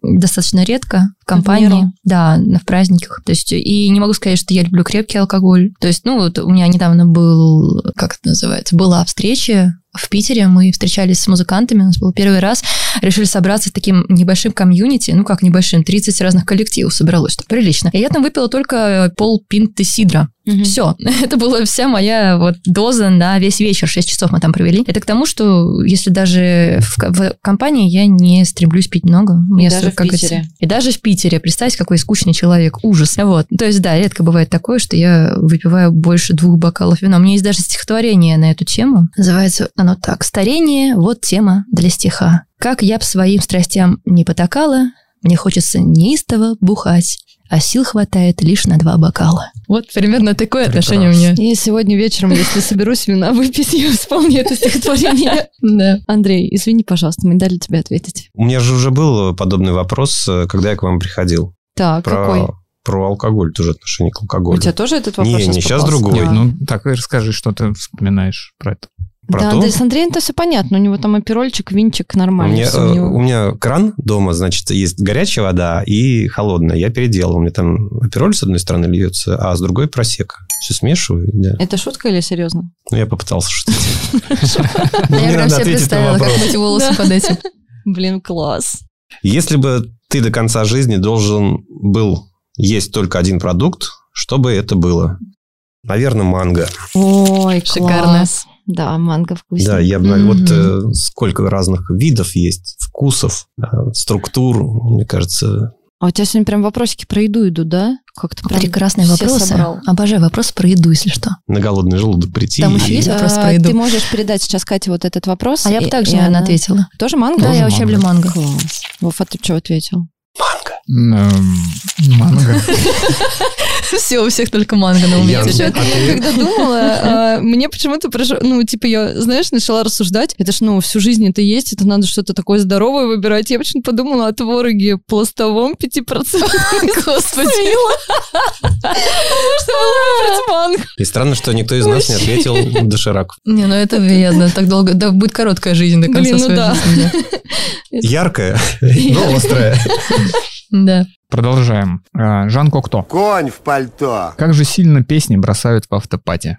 S7: достаточно редко в компании.
S6: меру.
S7: Да, на- в праздниках. То есть, и не могу сказать, что я люблю крепкий алкоголь. То есть, ну, вот у меня недавно был, как это называется, была встреча в Питере, мы встречались с музыкантами, у нас был первый раз, решили собраться с таким небольшим комьюнити, ну как небольшим, 30 разных коллективов собралось, так прилично. И я там выпила только пол пинты сидра.
S6: Мгм.
S7: Все. Это была вся моя вот доза на весь вечер. 6 часов мы там провели. Это к тому, что если даже в, ко- в компании я не стремлюсь пить много. Я
S6: даже
S7: сё-
S6: в Питере.
S7: это- И даже в Питере. Представьте, какой скучный человек. Ужас. Вот. То есть, да, редко бывает такое, что я выпиваю больше двух бокалов вина. У меня есть даже стихотворение на эту тему. Называется оно так. «Старение – вот тема для стиха. Как я б своим страстям не потакала, мне хочется неистово бухать, а сил хватает лишь на два бокала». Вот примерно такое отношение у меня.
S6: Я сегодня вечером, если соберусь вина выпить, я вспомню это стихотворение.
S7: Да.
S6: Андрей, извини, пожалуйста, мы не дали тебе ответить.
S8: У меня же уже был подобный вопрос, э, когда я к вам приходил.
S6: Так, какой?
S8: Про, про алкоголь, тоже отношение к алкоголю.
S6: У тебя тоже этот
S8: Не,
S6: вопрос
S8: не, сейчас
S6: попался?
S8: другой.
S6: Да.
S8: Ой.
S4: Ну, так и расскажи, что ты вспоминаешь про это.
S8: Про
S6: да,
S8: то?
S6: да, с Андреем-то все понятно. У него там оперольчик, винчик
S8: У
S6: нормально.
S8: меня,
S6: всё
S8: э,
S6: у него.
S8: у меня кран дома, значит, есть горячая вода и холодная. Я переделал. У меня там опероль с одной стороны льется, а с другой просека. Все смешиваю, да.
S6: Это шутка или серьезно?
S8: Ну, я попытался шутить.
S7: Я
S8: Мне
S7: прям
S8: надо
S7: себе
S8: ответить на
S7: представила, как
S8: вопрос.
S7: мыть волосы под этим.
S6: Блин, класс.
S8: Если бы ты до конца жизни должен был есть только один продукт, что бы это было? Наверное, манго.
S6: Ой,
S7: Шикарно.
S6: класс. Да, манго вкусненько.
S8: Да, я бы,
S7: Мгм.
S8: вот э, сколько разных видов есть, вкусов, э, структур, мне кажется.
S6: А у тебя сегодня прям вопросики про еду идут, да? Как-то прям
S7: Прекрасные
S6: все
S7: вопросы.
S6: собрал.
S7: Обожаю вопросы про еду, если что.
S8: На голодный желудок прийти.
S7: Там еще есть?
S8: и-
S7: вопрос
S6: А,
S7: про еду.
S6: Ты можешь передать сейчас Кате вот этот вопрос.
S7: А я бы
S6: и-
S7: также,
S6: и
S7: наверное,
S6: она-
S7: ответила.
S6: Тоже манго?
S7: Да, я очень люблю манго.
S6: Класс. Вов, а ты что ответил?
S4: Эм, Манго.
S7: Все, у всех только манго на
S8: Я-
S6: Слушай,
S8: А ты-
S6: я когда думала, а, мне почему-то пришло, ну, типа, я, знаешь, начала рассуждать, это ж, ну, всю жизнь это есть, это надо что-то такое здоровое выбирать. Я почему-то подумала о твороге пластовом 5%. Господи.
S8: И странно, что никто из нас не ответил доширак.
S7: Не, ну это вредно, так долго. Да будет короткая жизнь до конца
S6: Блин, ну
S7: своей
S6: да.
S7: жизни,
S8: Яркое, но острое.
S7: да. Да.
S4: Продолжаем. А, Жан Кокто.
S10: Конь в пальто.
S4: Как же сильно песни бросают в автопате?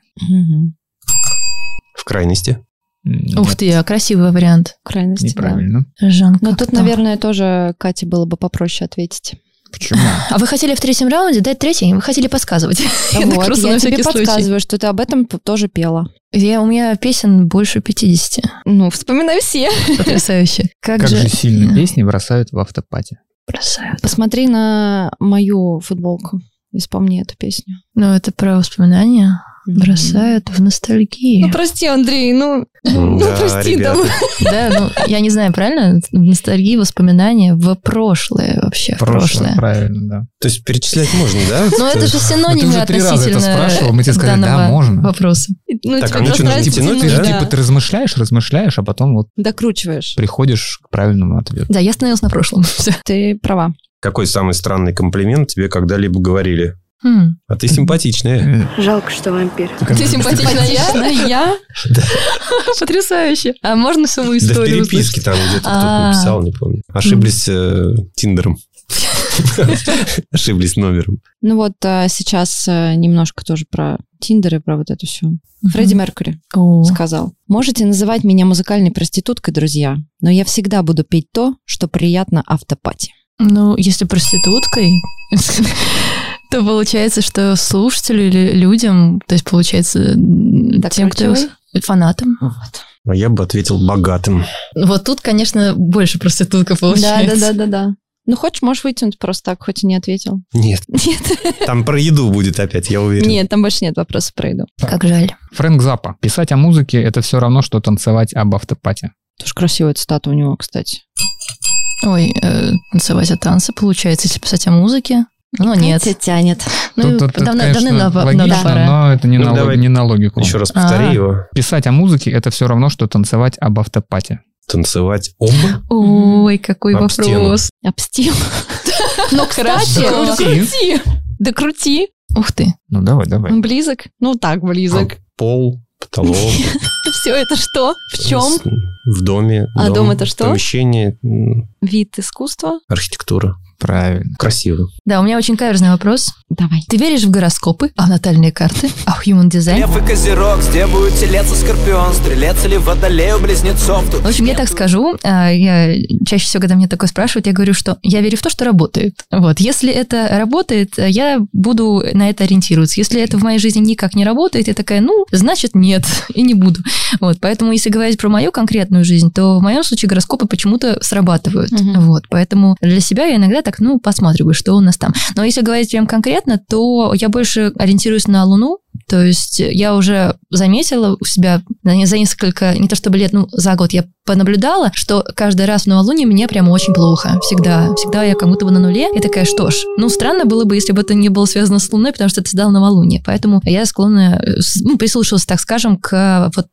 S8: В крайности.
S4: М,
S7: Ух
S4: нет,
S7: ты, а красивый вариант.
S6: Крайности,
S4: Неправильно.
S7: Жан
S6: Но тут,
S7: Кокто.
S6: наверное, тоже Кате было бы попроще ответить.
S4: Почему?
S7: А вы хотели в третьем раунде дать третий? Вы хотели подсказывать. Я так
S6: Вот,
S7: просто на
S6: я тебе
S7: всякий случай.
S6: подсказываю, что ты об этом п- тоже пела.
S7: Я- У меня песен больше 50.
S6: Ну, вспоминай все.
S7: Потрясающе.
S4: Как же сильно песни бросают в автопате?
S7: Бросаю.
S6: Посмотри на мою футболку и вспомни эту песню.
S7: Ну, это про воспоминания. Бросают в
S6: Ну,
S7: ностальгию.
S6: прости, Андрей, ну, ну,
S8: Да,
S6: прости, да.
S8: ребята.
S7: Да, ну, я не знаю, правильно? В ностальгии, воспоминания в прошлое вообще, в прошлое.
S4: Правильно, да.
S8: То есть перечислять можно, да?
S7: Но это же
S4: Ну, ты
S7: синонимы
S4: уже три раза это
S7: относительно
S4: спрашивал, мы тебе сказали, да,
S7: данного
S4: можно.
S7: вопроса.
S6: Ну,
S8: Так,
S6: тебе
S8: а ну
S6: просто
S8: чё, надо
S6: нравится
S8: тянуть,
S4: Ты
S6: тянуть,
S4: же
S8: да.
S4: типа ты размышляешь, размышляешь, а потом вот
S6: Докручиваешь.
S4: приходишь к правильному ответу.
S7: Да, я остановилась на прошлом. Все.
S6: Ты права.
S8: Какой самый странный комплимент тебе когда-либо говорили?
S7: Хм.
S8: А ты симпатичная.
S13: Жалко, что вампир.
S7: Ты
S4: типа
S7: симпатичная я?
S6: Я?
S7: Потрясающе. А можно саму
S8: Да в
S7: историю
S8: переписке
S7: услышать?
S8: там где-то кто-то
S7: А.
S8: написал, не помню. Ошиблись э, Тиндером. Ошиблись номером.
S6: Ну вот а, сейчас а, немножко тоже про Тиндер и про вот это все.
S7: Мгм.
S6: Фредди Меркьюри
S7: О.
S6: сказал. Можете называть меня музыкальной проституткой, друзья, но я всегда буду петь то, что приятно автопати.
S7: Ну, если проституткой, то получается, что слушателю или людям, то есть получается м, тем, кто... его
S6: ключевой?
S7: с- Фанатам.
S8: А я бы ответил богатым.
S7: Вот тут, конечно, больше проститутка получается.
S6: Да-да-да-да-да. Ну, хочешь, можешь вытянуть просто так, хоть и не ответил.
S8: Нет,
S6: Нет.
S8: там про еду будет опять, я уверен.
S6: Нет, там больше нет вопросов про еду.
S7: Как жаль.
S4: Фрэнк Запа. Писать о музыке – это все равно, что танцевать об автопате.
S6: Тоже красивая цитата у него, кстати.
S7: Ой, э, танцевать от танца получается, если писать о музыке. Ну, нет.
S6: Тянет, тянет.
S7: Ну,
S4: Тут это,
S7: давно-
S4: конечно,
S7: давно на на
S4: логично,
S7: пора.
S4: но это не,
S8: Ну,
S4: на, лог-
S8: давай
S4: не на логику.
S8: Еще раз повтори
S7: А.
S8: его.
S4: Писать о музыке – это все равно, что танцевать об автопате.
S8: Танцевать оба?
S7: Ой, какой
S8: Об стену.
S7: вопрос.
S6: Обстил. Ну,
S7: Хорошо.
S6: кстати, крути. Да крути.
S7: Ух ты.
S4: Ну, давай, давай.
S6: Он близок? Ну, так близок.
S8: Пол, потолок.
S6: Все это что? В чем?
S8: В доме.
S6: А
S8: дом,
S6: дом это что?
S8: Помещение, м,
S6: Вид искусства?
S8: архитектура.
S4: Правильно.
S8: Красиво.
S7: Да, у меня очень каверзный вопрос.
S6: Давай.
S7: Ты веришь в гороскопы, а в натальные карты, а в human design?
S2: Лев и Козерог, где будет телец и Скорпион? Стрелец или водолею близнецов? Тут
S7: В общем, я так скажу, а, я чаще всего, когда меня такое спрашивают, я говорю, что я верю в то, что работает. Вот, если это работает, а, я буду на это ориентироваться. Если это в моей жизни никак не работает, я такая, ну, значит, нет, и не буду. Вот, поэтому, если говорить про мою конкретную жизнь, то в моем случае гороскопы почему-то срабатывают.
S6: Мгм.
S7: Вот, поэтому для себя я иногда так, ну, посматриваю, что у нас там. Но если говорить прям конкретно, то я больше ориентируюсь на Луну, то есть я уже заметила у себя за не- за несколько, не то чтобы лет, ну, за год я понаблюдала, что каждый раз в новолуние мне прямо очень плохо. Всегда. Всегда я как будто бы на нуле. И такая, что ж, ну, странно было бы, если бы это не было связано с Луной, потому что это всегда новолуние. Поэтому я склонна, э, с- ну, прислушалась, так скажем, к э, вот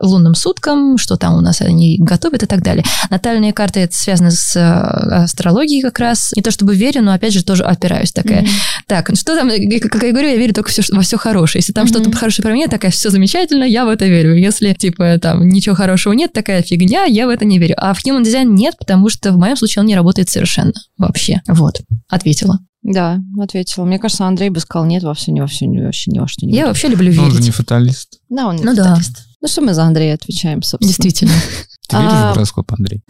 S7: лунным суткам, что там у нас они готовят и так далее. Натальные карты, это связано с э, астрологией как раз. Не то чтобы верю, но опять же тоже опираюсь такая. Так, ну что там, э, как я говорю, я верю только всё- во все хорошее. Если там
S6: Мгм.
S7: что-то хорошее про меня, такая все замечательно, я в это верю. Если, типа, там ничего хорошего нет, такая фигня, я в это не верю. А в Human Design нет, потому что в моем случае он не работает совершенно вообще. Вот, ответила.
S6: Да, ответила. Мне кажется, Андрей бы сказал, нет, во все, не во все, не вообще, ни во что Ну, не
S7: Я
S6: верю».
S7: вообще люблю
S4: Ну, Он же не
S7: верить.
S4: фаталист.
S6: Да, он не
S7: Ну да,
S6: фаталист. Ну что мы за Андрея отвечаем, собственно?
S7: действительно.
S4: Ты веришь
S6: А.
S4: в гороскоп, Андрей?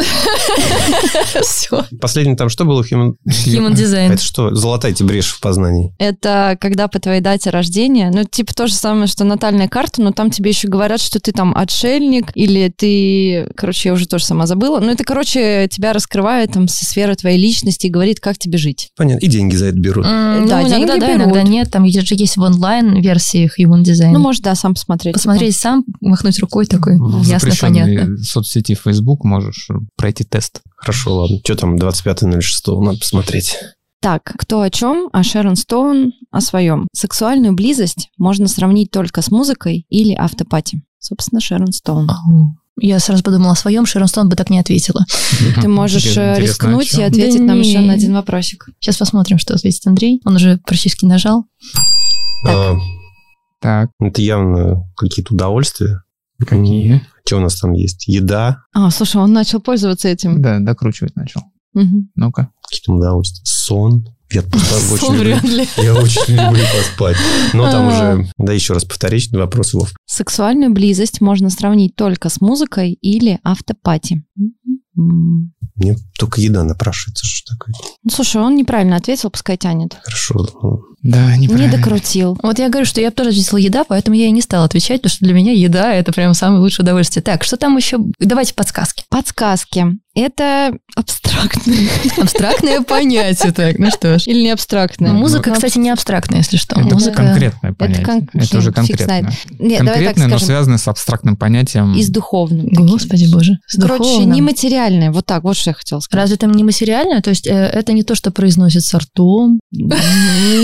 S7: Все.
S8: Последний там что было? Human-
S7: Human Design.
S8: Это что? Золотайте брешь в познании.
S6: Это когда по твоей дате рождения, ну, типа то же самое, что натальная карта, но там тебе еще говорят, что ты там отшельник, или ты, короче, я уже тоже сама забыла. Ну, это, короче, тебя раскрывает там со сферы твоей личности и говорит, как тебе жить.
S8: Понятно. И деньги за это берут.
S7: М,
S6: Да,
S7: ну, иногда
S6: деньги
S7: да,
S6: берут.
S7: иногда нет. Там есть же есть в онлайн-версии Human Design.
S6: Ну, может, да, сам посмотреть.
S7: Посмотреть сам, махнуть рукой такой.
S4: В
S7: Ясно,
S4: запрещенной
S7: понятно.
S4: соцсети Facebook можешь пройти тест.
S8: Хорошо, ладно. Что там 25.06? Надо посмотреть.
S6: Так, кто о чем, а Шерон Стоун о своем. Сексуальную близость можно сравнить только с музыкой или автопати. Собственно, Шерон Стоун.
S7: Ау. Я сразу подумала о своем, Шерон Стоун бы так не ответила.
S6: Ты можешь
S4: хм, Интересно, а интересно,
S6: э,
S4: о
S6: рискнуть и
S4: чем?
S6: ответить
S7: Да
S6: нам еще
S7: не.
S6: на один вопросик.
S7: Сейчас посмотрим, что ответит Андрей. Он уже практически нажал.
S8: А,
S4: Так,
S8: это явно какие-то удовольствия.
S4: какие?
S8: Что у нас там есть? Еда,
S6: А, слушай, он начал пользоваться этим.
S4: Да, докручивать начал.
S6: Мгм.
S4: Ну-ка.
S8: какие-то удовольствия. Сон. Я просто очень люблю.
S7: ли.
S8: Я очень люблю поспать. Но там уже... Да, еще раз повторить вопрос, Вов.
S6: Сексуальную близость можно сравнить только с музыкой или автопати. М-м-м.
S8: Мне только еда напрашивается. Что такое?
S6: Ну, слушай, он неправильно ответил, пускай тянет.
S8: Хорошо. ну,
S4: Да,
S6: Не докрутил.
S7: Вот я говорю, что я бы тоже ответила еда, поэтому я и не стала отвечать, потому что для меня еда – это прям самое лучшее удовольствие. Так, что там еще? Давайте подсказки.
S6: Подсказки. Это абстрактные.
S7: Абстрактное понятие так, ну что ж.
S6: Или не абстрактные?
S7: Ну, музыка, кстати, не абстрактная, если что.
S4: Это
S7: Музыка-
S4: конкретное понятие.
S6: кон-
S4: Это уже
S6: фиг знает.
S4: конкретное.
S6: Нет, давай так
S4: Конкретное, но
S6: скажем.
S4: связанное с абстрактным понятием.
S6: Из духовным.
S7: Господи боже.
S6: Короче, нематериальное. Вот так, вот что я хотела сказать.
S7: Разве там не материально? То есть э, это не то, что произносится ртом.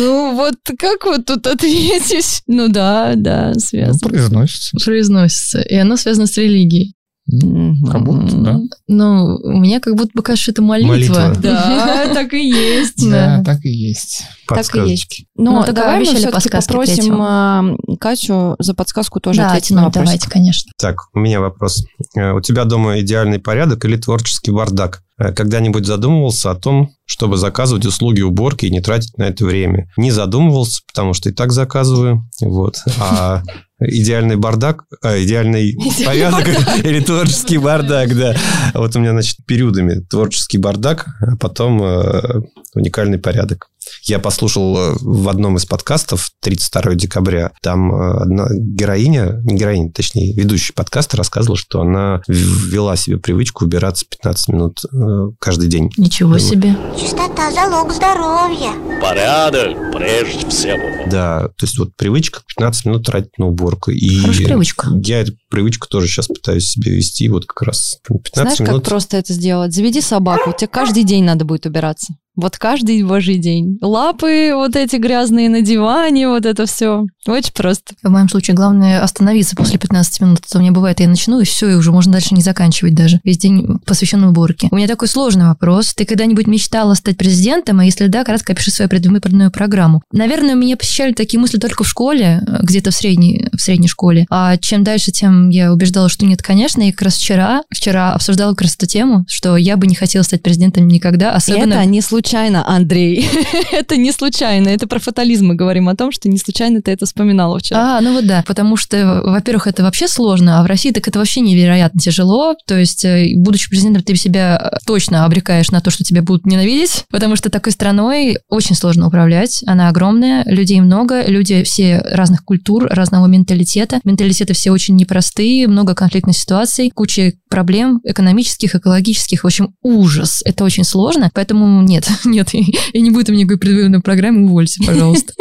S6: Ну, вот как вот тут ответить? Ну да, да,
S4: Ну,
S6: связано.
S4: произносится.
S7: Произносится. И оно связано с религией.
S4: Как будто, да.
S7: Ну, у меня как будто пока что это молитва.
S8: Молитва.
S6: Да, так и есть.
S4: Да, так и есть.
S6: Так и есть.
S7: Ну,
S6: Но
S7: так
S6: давай мы
S7: обещали
S6: все-таки
S7: подсказки
S6: попросим
S7: третьего.
S6: а, Катю за подсказку тоже
S7: Да,
S6: ответить на
S7: Тимур,
S6: вопрос.
S7: давайте, конечно.
S8: Так, у меня вопрос. Э, У тебя дома идеальный порядок или творческий бардак? Э, Когда-нибудь задумывался о том, чтобы заказывать услуги уборки и не тратить на это время? Не задумывался, потому что и так заказываю. Вот. А идеальный бардак, а, идеальный порядок или творческий бардак, да. Вот у меня, значит, периодами творческий бардак, а потом э, уникальный порядок. Я послушал э, в одном из подкастов 32 декабря, там э, одна героиня, не героиня, точнее, ведущий подкаста рассказывал, что она ввела себе привычку убираться 15 минут э, каждый день.
S7: Ничего
S8: Думаю.
S7: себе.
S9: Чистота – залог здоровья.
S10: Порядок прежде всего.
S8: Да, то есть вот привычка 15 минут тратить на уборку. И
S7: Хорошая привычка.
S8: Я эту привычку тоже сейчас пытаюсь себе вести, вот как раз 15
S4: ну
S6: Знаешь,
S8: минут.
S6: как просто это сделать? Заведи собаку, тебе каждый день надо будет убираться. Вот каждый божий день. Лапы вот эти грязные на диване, вот это все. Очень просто.
S7: В моем случае главное остановиться после 15 минут. А то у меня бывает, я начну, и все, и уже можно дальше не заканчивать даже. Весь день посвящен уборке. У меня такой сложный вопрос. Ты когда-нибудь мечтала стать президентом? А если да, кратко опиши свою предвыборную программу. Наверное, меня посещали такие мысли только в школе, э, где-то в средней, в средней школе. А чем дальше, тем я убеждала, что нет, конечно. И как раз вчера, вчера обсуждала как раз эту тему, что я бы не хотела стать президентом никогда, особенно...
S6: Это не случайно, Андрей. это не случайно. Это про фатализм мы говорим о том, что не случайно ты это вспоминала вчера.
S7: А, ну вот да, потому что, во-первых, это вообще сложно, а в России так это вообще невероятно тяжело. То есть, э, будучи президентом, ты себя э, точно обрекаешь на то, что тебя будут ненавидеть, потому что такой страной очень сложно управлять. Она огромная, людей много, люди все разных культур, разного менталитета. Менталитеты все очень непростые, много конфликтных ситуаций, куча проблем экономических, экологических. В общем, ужас. Это очень сложно, поэтому нет, нет, и и не будет у меня никакой предвыборной программы, увольте, пожалуйста.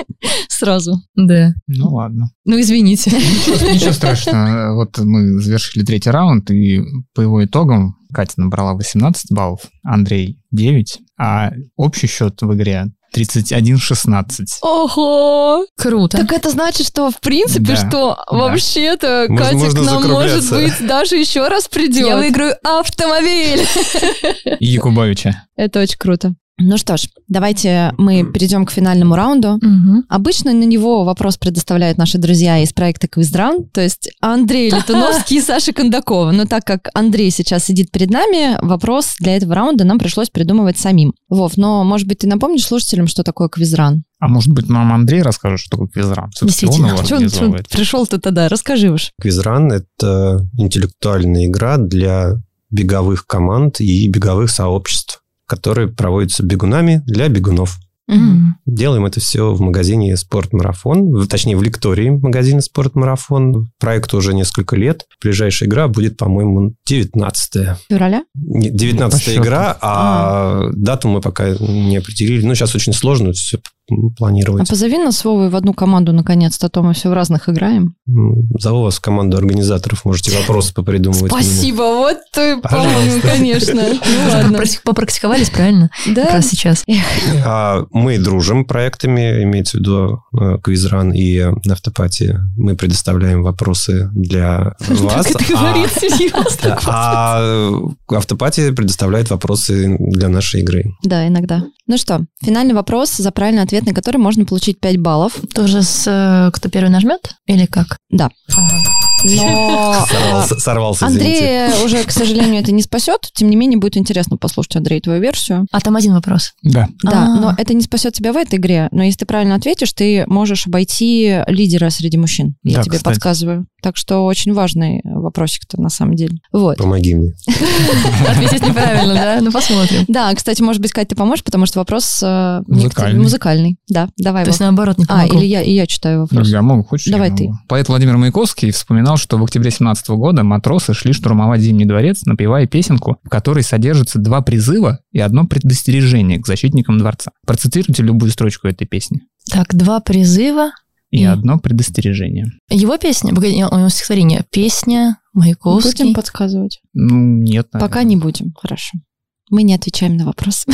S6: Сразу.
S7: Да.
S4: Ну ладно.
S7: Ну, извините.
S4: Ничего страшного. Вот мы завершили третий раунд, и по его итогам Катя набрала 18 баллов, Андрей 9, а общий счет в игре 31-16.
S7: А?
S6: Ого!
S7: Круто.
S6: Так это значит, что в
S4: Да.
S6: принципе, что
S4: Да.
S6: вообще-то
S8: Мож-
S6: Катя
S8: можно
S6: к нам может
S8: закругляться.
S6: быть даже еще раз придет.
S7: Я
S6: выиграю автомобиль.
S4: И Якубовича.
S6: Это очень круто. Ну что ж, давайте мы перейдем к финальному раунду.
S7: Мгм.
S6: Обычно на него вопрос предоставляют наши друзья из проекта «Квиздран», то есть Андрей Летуновский и Саша Кондакова. Но так как Андрей сейчас сидит перед нами, вопрос для этого раунда нам пришлось придумывать самим. Вов, но, может быть, ты напомнишь слушателям, что такое «Квиздран»?
S4: А может быть, нам Андрей расскажет, что такое квизрам? Всё-таки он
S7: Действительно. А
S4: его
S6: Чё он- чё он
S4: организовывает.
S6: пришел-то тогда? Расскажи уж.
S8: Квизран – это интеллектуальная игра для беговых команд и беговых сообществ, которые проводятся бегунами для бегунов. Делаем это все в магазине «Спортмарафон», в- точнее, в лектории магазина «Спортмарафон». Проекту уже несколько лет. Ближайшая игра будет, по-моему, 19
S6: Февраля?
S8: Не,
S4: По
S8: 19
S4: счету.
S8: игра, а, дату мы пока не определили. Ну, сейчас очень сложно все
S6: А
S8: планировать.
S6: позови нас с Вовой в одну команду наконец-то, а то мы все в разных играем.
S8: М, Зову вас в команду организаторов, можете вопросы попридумывать.
S6: вот ты,
S8: Пожалуйста.
S6: конечно. Ну ладно.
S7: Попракти- Попрактиковались правильно как
S6: Да.
S7: раз сейчас.
S8: А Мы дружим проектами, имеется в виду э, Квизран и э, Нафтопати. Мы предоставляем вопросы для вас.
S6: Как это
S8: а-
S6: говорит, серьезно.
S8: да, А э, Автопати предоставляет вопросы для нашей игры.
S6: Да, иногда. Ну что, финальный вопрос, за правильный ответ на который можно получить 5 баллов.
S7: Тоже с э, кто первый нажмет или как?
S6: Да. Но э,
S8: Сорвался, сорвался, извините.
S6: Андрея уже, к сожалению, это не спасет. Тем не менее, будет интересно послушать, Андрей, твою версию.
S7: А там один вопрос.
S4: Да.
S6: Да,
S7: А.
S6: но это не спасет тебя в этой игре. Но если ты правильно ответишь, ты можешь обойти лидера среди мужчин. Я
S4: Да,
S6: тебе
S4: кстати.
S6: подсказываю. Так что очень важный вопросик-то на самом деле. Вот.
S8: Помоги мне.
S7: Ответить неправильно, да? Ну посмотрим.
S6: Да, кстати, может быть, Кать, ты поможешь, потому что вопрос э, некотор-
S4: Музыкальный.
S6: музыкальный. Да, давай.
S7: То есть
S6: Вов.
S7: наоборот не
S6: А,
S7: помогу.
S6: или я, и я читаю вопрос.
S4: Я могу, хочешь? я
S6: Давай
S4: могу. Ну, Поэт Владимир Маяковский вспоминал, что в октябре 17 года матросы шли штурмовать Зимний дворец, напевая песенку, в которой содержится два призыва и одно предостережение к защитникам дворца. Процитируйте любую строчку этой песни.
S7: Так, два призыва.
S4: И
S7: Мгм.
S4: одно предостережение.
S7: Его песня? Погоди, не, у него стихотворение. Песня
S6: Будем
S7: Маяковский.
S6: подсказывать.
S4: Ну, нет.
S6: Пока не будем. Хорошо. Мы не отвечаем на вопрос.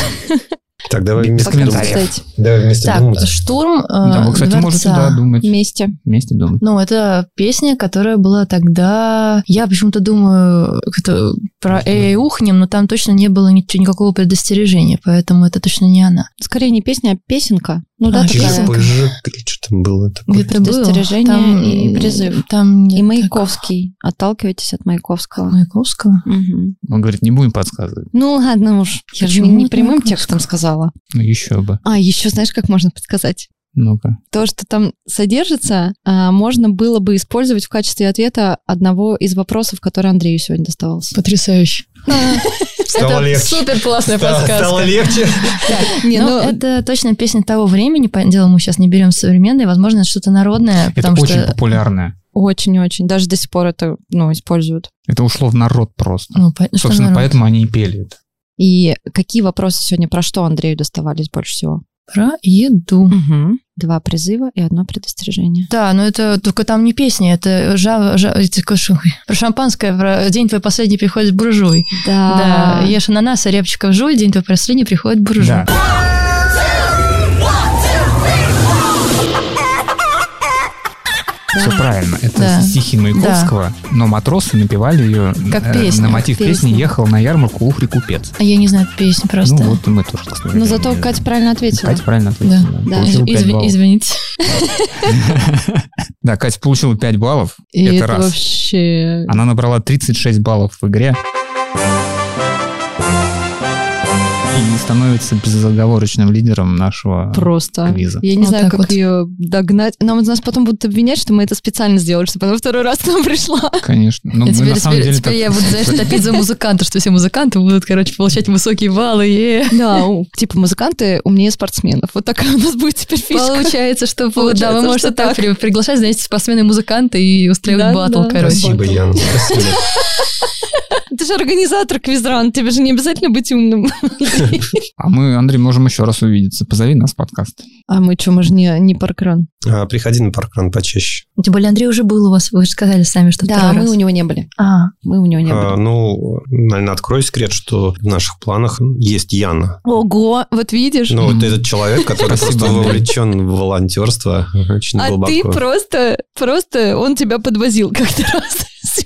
S8: Так, давай
S4: Без
S8: вместе
S4: комментариев.
S8: думать.
S6: Кстати.
S8: Давай вместе
S7: Так,
S8: думать.
S7: штурм э,
S4: Да, вы, кстати,
S7: дворца.
S4: можете да, думать.
S6: Вместе.
S4: Вместе думать.
S7: Ну, это песня, которая была тогда... Я почему-то думаю как-то про Эй Ухнем, но там точно не было ничего, никакого предостережения, поэтому это точно не она.
S6: Скорее не песня, а песенка. Ну да,
S7: Чижик.
S6: такая.
S8: Чижик-пыжик, или что там было такое?
S7: Где-то было.
S6: Предостережение
S7: Там-
S6: и призыв.
S7: Там
S6: И
S7: нет
S6: Маяковский. Отталкивайтесь от Маяковского.
S7: такого. Маяковского?
S6: Мгм.
S4: Он говорит, не будем подсказывать.
S6: Ну ладно уж, я же
S7: Почему
S6: не
S7: от
S6: прямым
S7: Маяковского?
S6: текстом сказала.
S4: Ну, еще бы.
S6: А, еще знаешь, как можно подсказать?
S4: Ну-ка.
S6: То, что там содержится, а, можно было бы использовать в качестве ответа одного из вопросов, который Андрею сегодня доставался.
S7: Потрясающе.
S8: Стало легче.
S7: супер классная
S8: Стало- Стало легче.
S6: Не,
S7: ну,
S6: ну,
S7: это точно песня того времени, по дело мы сейчас не берем современные, возможно, это что-то народное,
S4: Это
S7: потому
S4: очень
S7: что...
S4: популярное.
S6: Очень-очень. Даже до сих пор это ну, используют.
S4: Это ушло в народ просто.
S7: Ну, по- что
S4: Собственно,
S7: народ?
S4: поэтому они и пели это.
S6: И какие вопросы сегодня про что Андрею доставались больше всего?
S7: Про еду.
S6: Два призыва и одно предостережение.
S7: Да, но это только там не песня, это жа, жа- эти кашу- про шампанское, про день твой последний приходит буржуй.
S6: А,
S7: Да, ешь ананас, а репчика в жуй, день твой последний приходит буржуй.
S4: Да. Все правильно. Это
S7: Да.
S4: стихи Маяковского, но матросы напевали ее
S7: Как
S4: э,
S7: песню,
S4: на
S7: как
S4: мотив
S6: песню.
S4: песни «Ехал на ярмарку ухри купец».
S7: А Я не знаю эту песню просто.
S4: Ну вот и мы тоже, кстати.
S6: Но зато Катя правильно ответила.
S4: Катя правильно
S7: Да,
S4: ответила.
S6: да.
S4: Получила
S7: Изв-
S4: пять баллов.
S7: извините.
S4: Да, Катя получила 5 баллов.
S6: И
S4: это раз.
S6: вообще...
S4: Она набрала 36 баллов в игре. И становится безоговорочным лидером нашего
S6: Просто.
S4: Квиза.
S6: Я не
S7: Вот
S6: знаю,
S7: так
S6: как
S7: вот.
S6: ее догнать. Нам нас потом будут обвинять, что мы это специально сделали, чтобы она второй раз к нам пришла.
S4: Конечно. Ну,
S7: И
S4: мы
S7: теперь,
S4: на самом
S7: теперь-
S4: деле
S7: теперь
S4: так-
S7: я буду, знаешь, топить за музыканта, что все музыканты будут, короче, получать высокие баллы. е.
S6: Да, у- типа музыканты умнее спортсменов. Вот такая у нас будет теперь фишка.
S7: Получается, что
S6: Получается,
S7: да, вы можете
S6: что
S7: так,
S6: так.
S7: при- приглашать, знаете, спортсмены музыканты и устраивать
S6: Да,
S7: батл,
S6: да.
S7: короче.
S8: Спасибо, Яна. Спасибо.
S6: Ты же организатор квизран, тебе же не обязательно быть умным.
S4: А мы, Андрей, можем еще раз увидеться. Позови нас в подкаст.
S6: А мы что, мы же не, не паркран.
S8: А, Приходи на паркран почаще.
S7: Тем более Андрей уже был у вас, вы же сказали сами, что
S6: Да,
S7: второй
S6: мы
S7: раз.
S6: у него не были.
S7: А,
S6: Мы у него не
S8: А,
S6: были.
S8: Ну, наверное, открою секрет, что в наших планах есть Яна.
S6: Ого, вот видишь?
S8: Ну, вот этот человек, который
S4: Спасибо,
S8: просто
S4: Андрей.
S8: вовлечен в волонтерство очень
S6: а ты
S8: глубоко.
S6: просто, просто он тебя подвозил как-то раз. Все.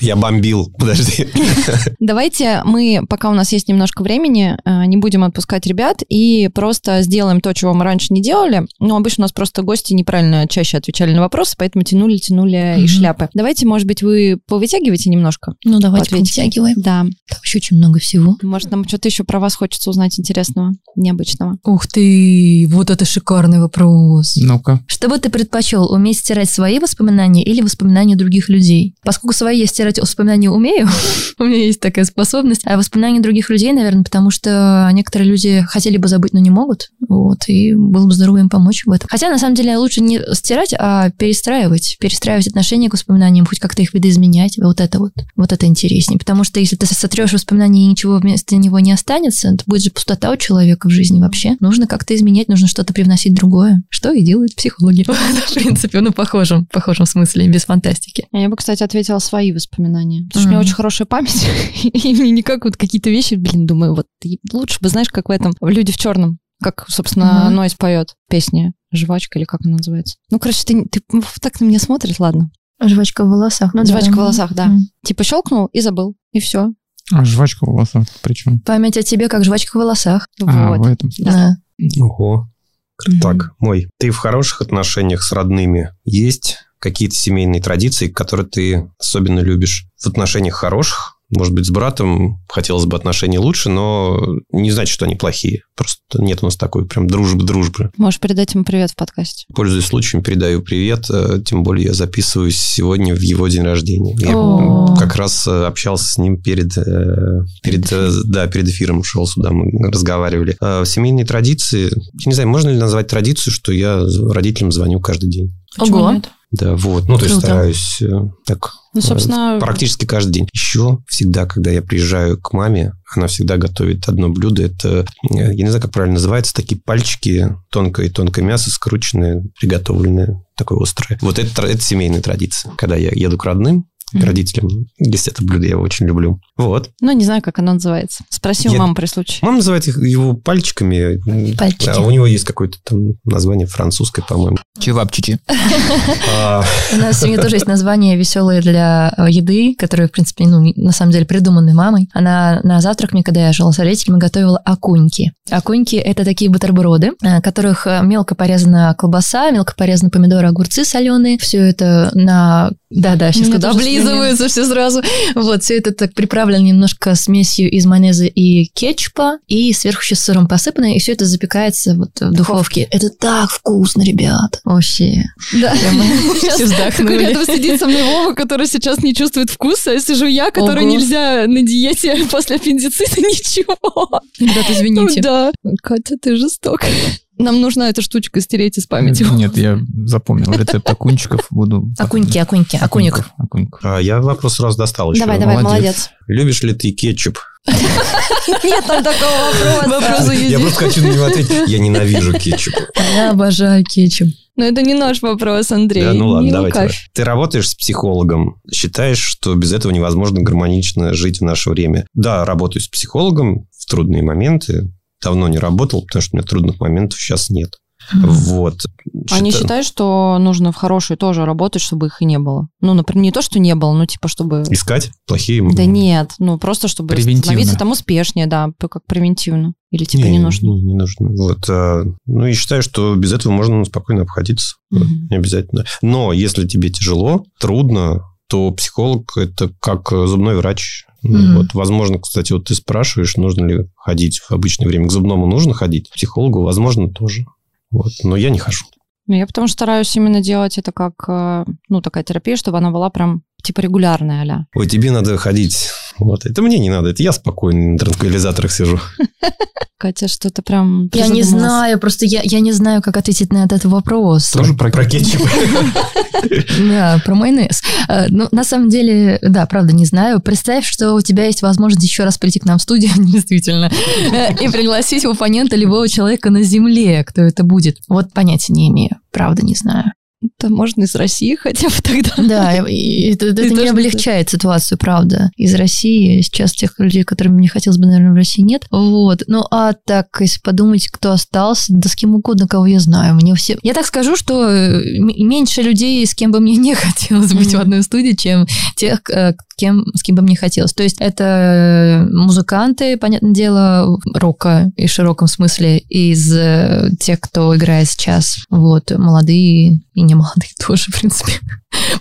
S8: Я бомбил. Подожди.
S6: Давайте мы, пока у нас есть немножко времени, э, не будем отпускать ребят и просто сделаем то, чего мы раньше не делали. Но обычно у нас просто гости неправильно чаще отвечали на вопросы, поэтому тянули, тянули и
S7: Мгм.
S6: шляпы. Давайте, может быть, вы повытягиваете немножко?
S7: ну давайте
S6: Ответьте.
S7: подтягиваем.
S6: Да.
S7: Там еще очень много всего.
S6: Может, нам что-то еще про вас хочется узнать интересного, необычного.
S7: Ух ты, вот это шикарный вопрос.
S4: Ну-ка.
S7: Что бы ты предпочел, уметь стирать свои воспоминания или воспоминания других людей? Поскольку свои я стирать воспоминания умею, у меня есть такая способность, а воспоминания других людей, наверное, потому что некоторые люди хотели бы забыть, но не могут, вот, и было бы здорово им помочь в этом. Хотя, на самом деле, лучше не стирать, а перестраивать, перестраивать отношение к воспоминаниям, хоть как-то их видоизменять, вот это вот, вот это интереснее, потому что если ты сотрешь воспоминания и ничего вместо него не останется, это будет же пустота у человека в жизни вообще. Нужно как-то изменять, нужно что-то привносить другое, что и делают психологи. В принципе, ну, похожем, похожем смысле, без фантастики.
S6: А Я бы, кстати, ответила свои воспоминания. Потому что у меня
S7: Мгм.
S6: очень хорошая память. И мне никак вот какие-то вещи, блин, думаю, вот ты лучше бы, знаешь, как в этом «Люди в черном», как, собственно,
S7: Мгм.
S6: Нойз поет песня «Жвачка» или как она называется. Ну, короче, ты, не- ты ну, так на меня смотришь, ладно.
S7: Жвачка в волосах. ну да.
S6: Жвачка в волосах, да.
S7: М.
S6: Типа щелкнул и забыл, и все.
S4: А жвачка у вас причем?
S7: Память о тебе, как жвачка в волосах.
S4: А,
S6: вот.
S4: в этом.
S7: Да.
S8: Ого.
S7: Мгм.
S8: Так, мой. Ты в хороших отношениях с родными? Есть какие-то семейные традиции, которые ты особенно любишь? В отношениях хороших? Может быть, с братом хотелось бы отношения лучше, но не значит, что они плохие. Просто нет у нас такой прям дружбы-дружбы.
S6: Можешь передать ему привет в подкасте.
S8: Пользуясь случаем, передаю привет. э, Тем более я записываюсь сегодня в его день рождения. Я
S7: О.
S8: как раз э, общался с ним перед, э, перед, э, да, перед эфиром, шел сюда, мы разговаривали. Э, Семейные традиции. Я Не знаю, можно ли назвать традицию, что я з- родителям звоню каждый день.
S6: Почему
S7: Ого.
S6: нет?
S8: Да, вот. Ну, то есть
S7: Круто.
S8: стараюсь э, так
S6: Ну, собственно,
S8: Э, практически каждый день. Еще всегда, когда я приезжаю к маме, она всегда готовит одно блюдо. Это, э, я не знаю, как правильно называется, такие пальчики, тонкое и тонкое мясо, скрученное, приготовленное, такое острое. Вот это, тра- это семейная традиция. Когда я еду к родным, к родителям. Если это блюдо, я его очень люблю. Вот.
S6: Ну, не знаю, как оно называется. Спроси у
S8: Я-
S6: мамы при случае.
S8: Мама называет их- его пальчиками.
S7: Пальчики.
S8: А у него есть какое-то там название французское, по-моему.
S4: Чевапчичи.
S8: А,
S7: У нас сегодня тоже есть название веселое для э, еды, которое, в принципе, ну, не- на самом деле придуманы мамой. Она на завтрак мне, когда я жила с родителями, готовила окуньки. Окуньки – это такие бутерброды, э, которых э, мелко порезана колбаса, мелко порезаны помидоры, огурцы соленые. Все это на... Да-да, сейчас
S6: Мне
S7: когда
S6: тоже слюна.
S7: облизываются все сразу. Вот, все это так приправлено немножко смесью из майонеза и кетчупа, и сверху еще сыром посыпано, и все это запекается вот в духовке. Это так вкусно, ребят. Вообще.
S6: Да.
S7: Прямо все
S6: Какой
S7: вздохнули.
S6: рядом сидит со мной Вова, который сейчас не чувствует вкуса, а сижу я, которой
S7: Ого.
S6: нельзя на диете после аппендицита ничего.
S7: Ребят, извините.
S6: Да. Катя, ты жесток. Нам нужна эта штучка стереть из памяти.
S4: Нет, я запомнил рецепт окунчиков. Буду...
S7: Окуньки, окуньки, окуник.
S4: Окуньков, окуньков.
S8: а Я вопрос сразу достал еще.
S11: Давай, давай,
S4: молодец.
S11: молодец.
S8: Любишь ли ты кетчуп?
S11: Нет там такого вопроса.
S6: Вопросы
S8: Я
S6: есть.
S8: просто хочу на него ответить. Я ненавижу кетчуп.
S7: Я обожаю кетчуп.
S6: Но это не наш вопрос, Андрей.
S8: Да, ну ладно,
S6: Не
S8: давайте.
S6: лукавь.
S8: Ты работаешь с психологом, считаешь, что без этого невозможно гармонично жить в наше время. Да, работаю с психологом в трудные моменты. Давно не работал, потому что у меня трудных моментов сейчас нет. Вот.
S13: Они
S8: Считаю-
S13: считают, что нужно в хорошие тоже работать, чтобы их и не было. Ну, например, не то, что не было, но типа, чтобы...
S8: Искать плохие... м,
S13: Да нет, ну просто чтобы
S4: Превентивно.
S13: становиться там успешнее, да, п- как превентивно. Или типа
S8: не, ну.
S13: не нужно.
S8: Не, не нужно. Вот, а, ну, и считаю, что без этого можно ну, спокойно обходиться. Вот,
S13: Мгм.
S8: не обязательно. Но если тебе тяжело, трудно, то психолог – это как э, зубной врач. Ну,
S7: Мгм.
S8: Вот, возможно, кстати, вот ты спрашиваешь, нужно ли ходить в обычное время. К зубному нужно ходить, к психологу, возможно, тоже. Вот, но я не хожу.
S13: Ну, я потому что стараюсь именно делать это как, э, ну, такая терапия, чтобы она была прям типа регулярная а
S8: Ой, тебе надо ходить. Вот, это мне не надо, это я спокойно на транквилизаторах сижу.
S13: Катя, что-то прям...
S7: Я не
S13: призадумалась.
S7: знаю, просто я, я не знаю, как ответить на этот вопрос.
S4: Тоже про
S8: Про кетчуп.
S7: Да, про майонез. Э, Ну, на самом деле, да, правда, не знаю. Представь, что у тебя есть возможность еще раз прийти к нам в студию, действительно, э, и пригласить в оппонента любого человека на земле, кто это будет. Вот понятия не имею, правда, не знаю.
S6: Да можно из России хотя бы тогда.
S7: Да, и- и это, это
S6: Ты тоже
S7: не
S6: не
S7: облегчает ситуацию, правда. Из России сейчас тех людей, которым мне хотелось бы, наверное, в России нет. Вот. Ну, а так, если подумать, кто остался, да с кем угодно, кого я знаю. Мне все... Я так скажу, что э, м- меньше людей, с кем бы мне не хотелось быть в
S13: Мгм.
S7: одной студии, чем тех, э, кем, с кем бы мне хотелось. То есть это э, музыканты, понятное дело, рока и в широком смысле, из э, тех, кто играет сейчас. Вот, молодые и не молодые тоже, в принципе,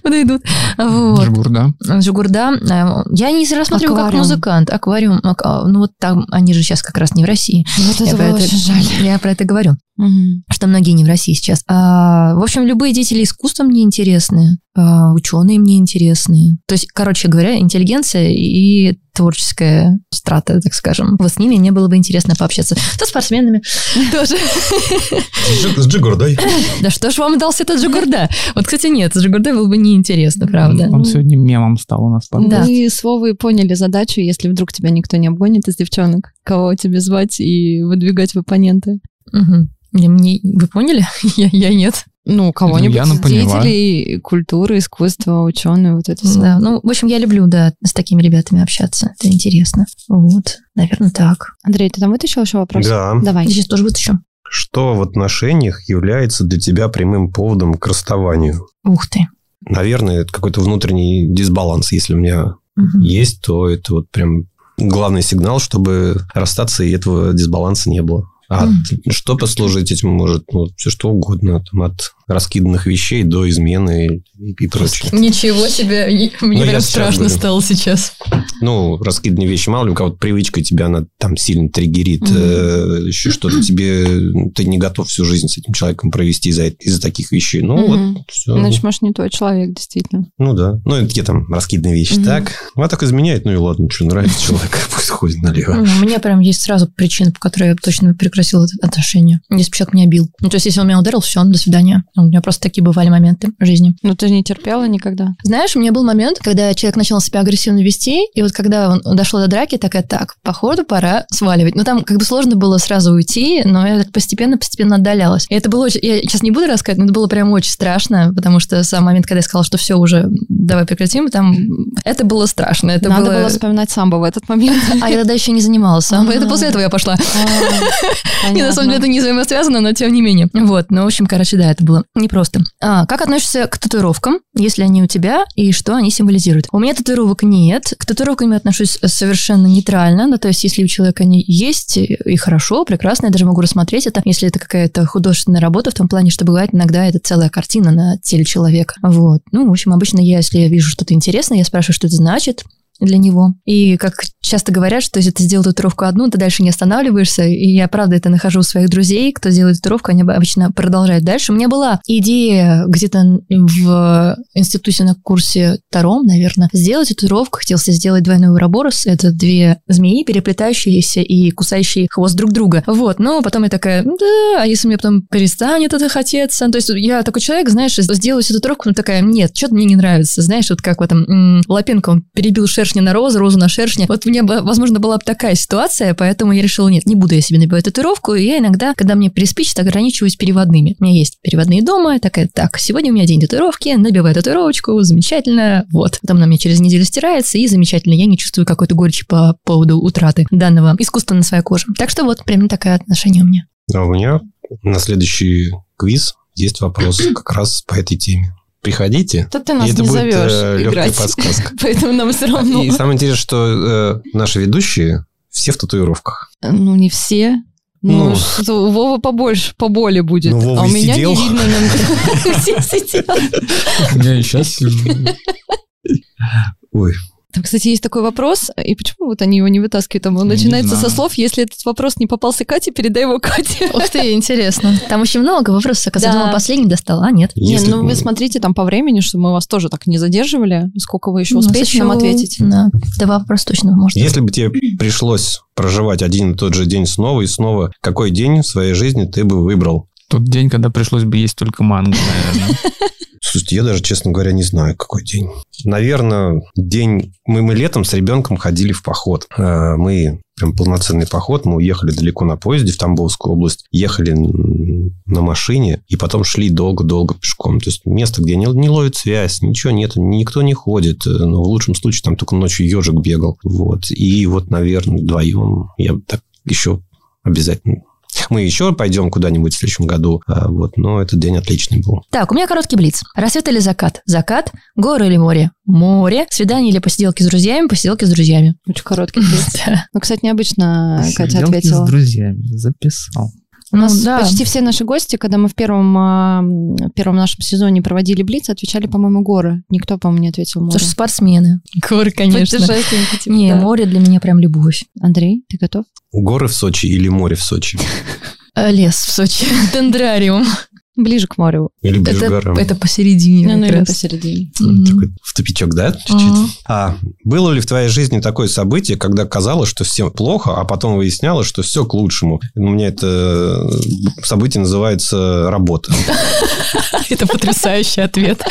S7: подойдут. Вот.
S4: Жгур, да.
S7: Жигурда. э, Я не рассматриваю как
S13: Аквариум.
S7: музыкант. Аквариум, ак- а, ну вот там, они же сейчас как раз не в России.
S13: Вот
S7: Я
S13: Ну, это
S7: про
S13: было
S7: это-
S13: очень жаль.
S7: Я про это говорю
S13: Мгм.
S7: что многие не в России сейчас. А, в общем, любые деятели искусства мне интересны, а, ученые мне интересны. То есть, короче говоря, интеллигенция и творческая страта, так скажем. Вот с ними мне было бы интересно пообщаться. Со спортсменами тоже.
S8: С Джигурдой.
S7: Да что ж вам дался этот Джигурда? Вот, кстати, нет, Джигурда было бы неинтересно, правда.
S4: Он сегодня мемом стал у нас.
S7: Да.
S13: Мы с Вовой поняли задачу, если вдруг тебя никто не обгонит из девчонок, кого тебе звать и выдвигать в оппоненты.
S7: Мгм. Не, Мне, вы поняли? Я, я нет.
S13: Ну, кого-нибудь
S4: Яна
S13: из
S4: поняла.
S13: деятелей культуры, искусства, ученые, вот это все.
S7: Да, ну, в общем, я люблю, да, с такими ребятами общаться. Это интересно. Вот, наверное, так.
S13: Андрей, ты там вытащил еще вопрос?
S8: Да.
S13: Давай.
S7: Сейчас тоже будет еще.
S8: Что в отношениях является для тебя прямым поводом к расставанию?
S7: Ух ты.
S8: Наверное, это какой-то внутренний дисбаланс. Если у меня
S7: Мгм.
S8: есть, то это вот прям главный сигнал, чтобы расстаться и этого дисбаланса не было. А
S7: Мгм.
S8: что послужить этим может? Ну, все что угодно, там, от раскиданных вещей до измены и, и прочее.
S7: Ничего себе, и- мне
S8: Ну, я
S7: прям
S8: сейчас
S7: страшно
S8: говорю.
S7: стало сейчас.
S8: Ну, раскиданные вещи, мало ли у кого-то привычка тебя, она там сильно триггерит,
S7: Мгм.
S8: еще что-то тебе, ну, ты не готов всю жизнь с этим человеком провести из-за, из-за таких вещей. Ну,
S13: Мгм.
S8: вот, все.
S13: Значит, может, не твой человек, действительно.
S8: Ну да. Ну, это где там раскидные вещи.
S13: Мгм.
S8: Так. Она так изменяет, ну и ладно, что нравится человек, пусть ходит налево.
S7: У меня прям есть сразу причина, по которой я точно прекратил отношения, если бы человек меня бил. Ну, то есть, если он меня ударил, все, до свидания. Ну, У меня просто такие бывали моменты в жизни.
S13: Но Ну, ты не терпела никогда?
S7: Знаешь, у меня был момент, когда человек начал себя агрессивно вести, и вот когда он дошло до драки, такая, так, походу, пора сваливать. Ну, там как бы сложно было сразу уйти, но я так постепенно-постепенно отдалялась. И это было очень... Я сейчас не буду рассказывать, но это было прям очень страшно, потому что сам момент, когда я сказала, что все уже, давай прекратим, там... Это было страшно. Это
S13: Надо было... было вспоминать самбо в этот момент.
S7: А я тогда еще не занималась самбо. Это после этого я пошла.
S13: А,
S7: И на самом деле это не взаимосвязано, но тем не менее. Вот, ну, в общем, короче, да, это было непросто. А, как относишься к татуировкам, если они у тебя, и что они символизируют? У меня татуировок нет, к татуировкам я отношусь э, совершенно нейтрально, да, то есть если у человека они есть, и хорошо, прекрасно, я даже могу рассмотреть это, если это какая-то художественная работа, в том плане, что бывает иногда это целая картина на теле человека. Вот, ну, в общем, обычно я, если я вижу что-то интересное, я спрашиваю, что это значит, для него. И как часто говорят, что если ты сделал татуировку одну, ты дальше не останавливаешься. И я, правда, это нахожу у своих друзей, кто делает татуировку, они обычно продолжают дальше. У меня была идея где-то в институте на курсе втором, наверное, сделать татуировку. Хотел себе сделать двойной уроборос. Это две змеи, переплетающиеся и кусающие хвост друг друга. Вот. Но потом я такая, да, а если мне потом перестанет это хотеться? Ну, То есть я такой человек, знаешь, сделаю себе татуировку, но ну, такая, нет, что-то мне не нравится. Знаешь, вот как в этом м-м, Лапенко, он перебил шерсть шершни на розу, розу на шершни. Вот у меня, возможно, была бы такая ситуация, поэтому я решила, нет, не буду я себе набивать татуировку, и я иногда, когда мне приспичит, ограничиваюсь переводными. У меня есть переводные дома, я такая, так, сегодня у меня день татуировки, набиваю татуировочку, замечательно, вот. Потом она мне через неделю стирается, и замечательно, я не чувствую какой-то горечи по поводу утраты данного искусства на своей коже. Так что вот, примерно такое отношение у меня.
S8: А у меня на следующий квиз есть вопрос как раз по этой теме приходите.
S13: То ты нас
S8: и это
S13: не
S8: будет
S13: зовешь
S8: легкая
S13: играть.
S8: подсказка.
S13: Поэтому нам все равно.
S8: И самое интересное, что э, наши ведущие все в татуировках.
S13: Ну, не все. Ну,
S8: Ну.
S13: что, у Вова побольше, поболее будет.
S8: Ну, Вова
S13: а у
S8: и
S13: меня
S8: сидел.
S13: не видно. на- Все сидят.
S14: Я и сейчас сижу.
S8: Ой,
S13: Там, кстати, есть такой вопрос, и почему вот они его не вытаскивают? Там он начинается со
S14: знаю.
S13: слов, если этот вопрос не попался Кате, передай его Кате.
S7: Ух ты, интересно. Там очень много вопросов,
S13: Да.
S7: оказалось, последний достала, а нет.
S13: Не,
S8: Если-
S13: ну вы смотрите там по времени, что мы вас тоже так не задерживали. Сколько вы еще успеете нам ответить?
S7: Ну, Да, два вопроса точно можно.
S8: если бы тебе пришлось проживать один и тот же день снова и снова, какой день в своей жизни ты бы выбрал?
S14: Тот день, когда пришлось бы есть только мангу, наверное.
S8: Слушайте, я даже, честно говоря, не знаю, какой день. Наверное, день... Мы, мы летом с ребенком ходили в поход. Э, Мы прям полноценный поход. Мы уехали далеко на поезде в Тамбовскую область. Ехали м, на машине и потом шли долго-долго пешком. То есть место, где не, не ловит связь, ничего нет, никто не ходит. Э, Ну, в лучшем случае там только ночью ежик бегал. Вот. И вот, наверное, вдвоем я бы так еще обязательно... Мы еще пойдем куда-нибудь в следующем году. а, Вот. Но этот день отличный был.
S7: Так, у меня короткий блиц. Рассвет или закат? Закат. Горы или море? Море. Свидание или посиделки с друзьями? Посиделки с друзьями.
S13: Очень короткий ответ. Ну, кстати, необычно Катя
S14: Сиделки
S13: ответила.
S14: с друзьями. Записал.
S13: У нас
S7: Ну, да.
S13: почти все наши гости, когда мы в первом, а, м, первом нашем сезоне проводили блиц, отвечали, по-моему, горы. Никто, по-моему, не ответил море.
S7: Потому что спортсмены. Горы,
S13: Путешественники, типа,
S7: Не,
S13: да.
S7: море для меня прям любовь.
S13: Андрей, ты готов?
S8: Горы в Сочи или море в Сочи?
S7: Э, Лес в Сочи. Тендрариум.
S13: Ближе к морю.
S8: Или ближе к
S7: Это,
S8: горам?
S7: это посередине.
S13: Ну,
S7: как
S13: или
S7: раз.
S13: посередине.
S7: Мгм.
S8: Такой в тупичок, да? Чуть-чуть.
S7: Мгм.
S8: А было ли в твоей жизни такое событие, когда казалось, что всем плохо, а потом выяснялось, что все к лучшему? У меня это э, событие называется работа.
S7: Это потрясающий ответ.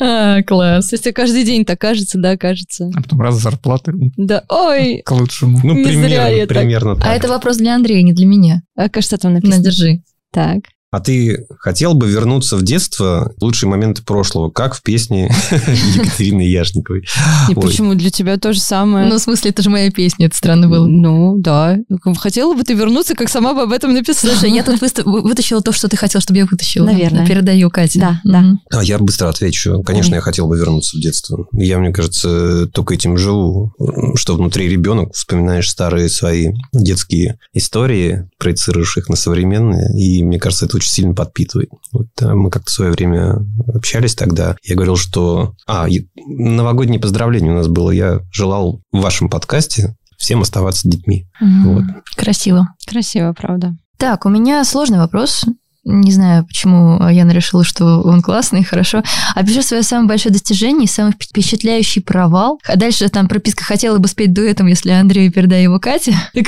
S7: А, Класс.
S13: То есть тебе каждый день так кажется, да, кажется.
S14: А потом раз зарплаты м,
S13: Да, ой,
S14: к лучшему.
S8: Ну,
S13: Не зря я
S8: примерно,
S13: так.
S8: примерно так.
S7: А это вопрос для Андрея, не для меня.
S13: а кажется, там
S7: На,
S13: написано.
S7: держи.
S13: Так.
S8: А ты хотел бы вернуться в детство, лучшие моменты прошлого, как в песне Екатерины Яшниковой?
S13: И
S8: Ой.
S13: почему для тебя то же самое?
S7: Ну, в смысле, это же моя песня, это странно было.
S13: Ну, да. Хотела бы ты вернуться, как сама бы об этом написала.
S7: Слушай, я тут выста- вы- вытащила то, что ты хотел, чтобы я вытащила.
S13: Наверное.
S7: Передаю Кате.
S13: Да, да.
S7: Мгм.
S8: А я быстро отвечу. Конечно, я хотел бы вернуться в детство. Я, мне кажется, только этим живу, что внутри ребенок вспоминаешь старые свои детские истории, проецируешь их на современные, и, мне кажется, это очень сильно подпитывает. Вот а, мы как-то в свое время общались тогда. Я говорил, что... А, и новогоднее поздравление у нас было. Я желал в вашем подкасте всем оставаться детьми.
S7: Мгм.
S8: Вот.
S7: Красиво.
S13: Красиво, правда.
S7: Так, у меня сложный вопрос. Не знаю, почему Яна решила, что он классный, хорошо. Опишу свое самое большое достижение и самый впечатляющий провал. А дальше там прописка «Хотела бы спеть дуэтом, если Андрею передай его Кате». Так,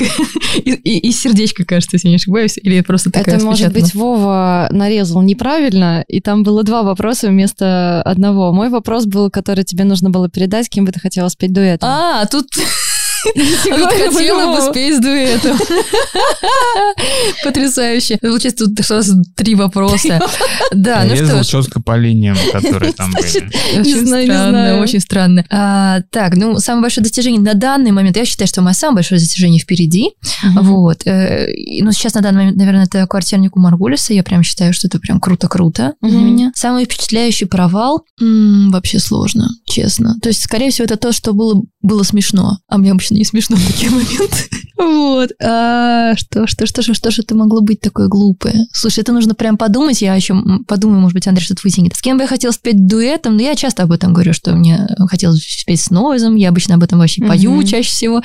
S7: и, и, и сердечко, кажется, если не ошибаюсь. Или просто такая
S13: Это, может быть, Вова нарезал неправильно, и там было два вопроса вместо одного. Мой вопрос был, который тебе нужно было передать, кем бы ты хотела спеть дуэтом.
S7: А, тут...
S13: Сегодня
S7: хотела бы
S13: по-любому.
S7: спеть с дуэтом. Потрясающе. Получается, тут сразу три вопроса. Да,
S4: А
S7: ну что
S14: Резал
S7: ж.
S14: четко по линиям, которые там были.
S7: Очень
S13: знаю, не
S7: странно,
S13: знаю.
S7: очень странно. А, так, ну, самое большое достижение на данный момент, я считаю, что мое самое большое достижение впереди. Вот. Э, и, ну, сейчас на данный момент, наверное, это квартирник у Маргулиса. Я прям считаю, что это прям круто-круто для
S13: Мгм.
S7: меня. Самый впечатляющий провал м, вообще сложно, честно. То есть, скорее всего, это то, что было, было смешно. А мне обычно не смешно в такие моменты. Вот. А, что, что, что, что, что же это могло быть такое глупое? Слушай, это нужно прям подумать. Я еще м, подумаю, может быть, Андрей что-то вытянет. С кем бы я хотела спеть дуэтом? Но я часто об этом говорю, что мне хотелось спеть с Нойзом. Я обычно об этом вообще пою
S13: Мгм.
S7: чаще всего.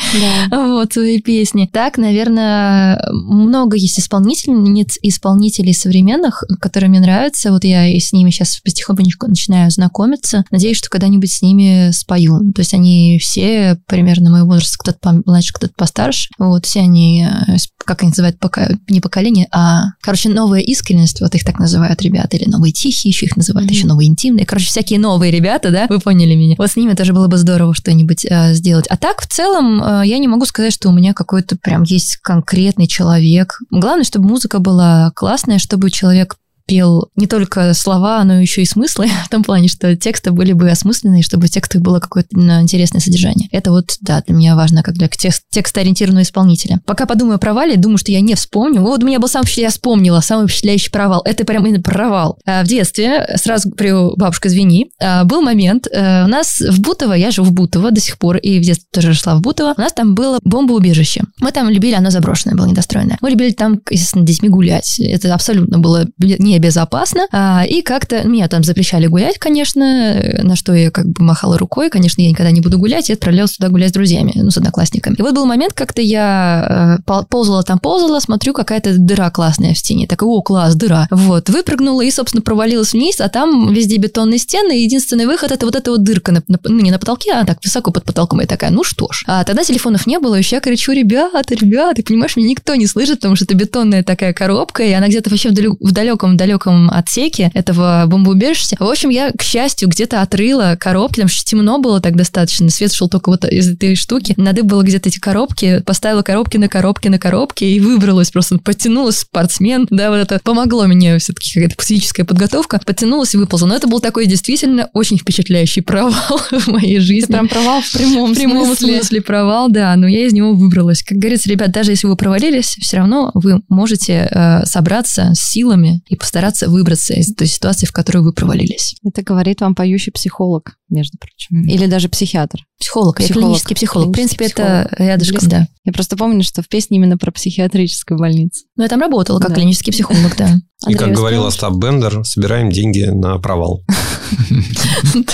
S13: Да.
S7: Вот, свои песни. Так, наверное, много есть исполнительниц, исполнителей современных, которые мне нравятся. Вот я и с ними сейчас потихонечку начинаю знакомиться. Надеюсь, что когда-нибудь с ними спою. То есть они все примерно моего возраста, кто-то помладше, кто-то постарше. Вот, все они, э, с- как они называют, пока, не поколение, а, короче, новая искренность, вот их так называют ребята, или новые тихие еще их называют, еще новые интимные. Короче, всякие новые ребята, да, вы поняли меня. Вот с ними тоже было бы здорово что-нибудь э, сделать. А так, в целом, э, я не могу сказать, что у меня какой-то прям есть конкретный человек. Главное, чтобы музыка была классная, чтобы человек пел не только слова, но еще и смыслы, в том плане, что тексты были бы осмысленные, чтобы в текстах было какое-то ну, интересное содержание. Это вот, да, для меня важно, как для текст- текстоориентированного исполнителя. Пока подумаю о провале, думаю, что я не вспомню. Вот у меня был самый впечатляющий, я вспомнила, самый впечатляющий провал. Это прям именно провал. А, В детстве, сразу говорю, бабушка, извини, а, был момент, э, у нас в Бутово, я живу в Бутово до сих пор, и в детстве тоже жила в Бутово, у нас там было бомбоубежище. Мы там любили, оно заброшенное было, недостроенное. Мы любили там, естественно, детьми гулять. Это абсолютно было небезопасно. А, И как-то меня там запрещали гулять, конечно, э, на что я как бы махала рукой. Конечно, я никогда не буду гулять. Я отправлялась туда гулять с друзьями, ну, с одноклассниками. И вот был момент, как-то я э, пол- ползала там, ползала, смотрю, какая-то дыра классная в стене. Такая, о, класс, дыра. Вот, выпрыгнула и, собственно, провалилась вниз, а там везде бетонные стены, и единственный выход – это вот эта вот дырка, на- на- ну, не на потолке, а так, высоко под потолком. Я такая, ну что ж. А тогда телефонов не было, еще я кричу, ребята, ребята, понимаешь, меня никто не слышит, потому что это бетонная такая коробка, и она где-то вообще в, далё- в далеком-далеком отсеке этого бомбоубежища. В общем, я, к счастью, где-то отрыла коробки, там же темно было так достаточно, свет шел только вот из этой штуки. Надо было где-то эти коробки, поставила коробки на коробки на коробки и выбралась просто, потянулась спортсмен, да, вот это помогло мне все-таки какая-то психическая подготовка, потянулась и выползла. Но это был такой действительно очень впечатляющий провал в моей жизни.
S13: Прям провал в прямом
S7: В прямом смысле.
S13: смысле.
S7: провал, да, но я из него выбралась. Как говорится, ребят, даже если вы провалились, все равно вы можете э, собраться с силами и постараться выбраться из той ситуации, в которую вы провалились.
S13: Это говорит вам поющий психолог, между прочим. Или даже психиатр.
S7: Психолог, я
S13: Психолог.
S7: клинический психолог. В
S13: Клинический
S7: принципе, это рядышком,
S13: Близко.
S7: да.
S13: Я просто помню, что в песне именно про психиатрическую больницу.
S7: Но я там работала как
S13: Да.
S7: клинический психолог, да.
S6: А
S8: И как
S13: Андрей,
S8: говорил
S13: успел?
S8: Остап Бендер, собираем деньги на провал.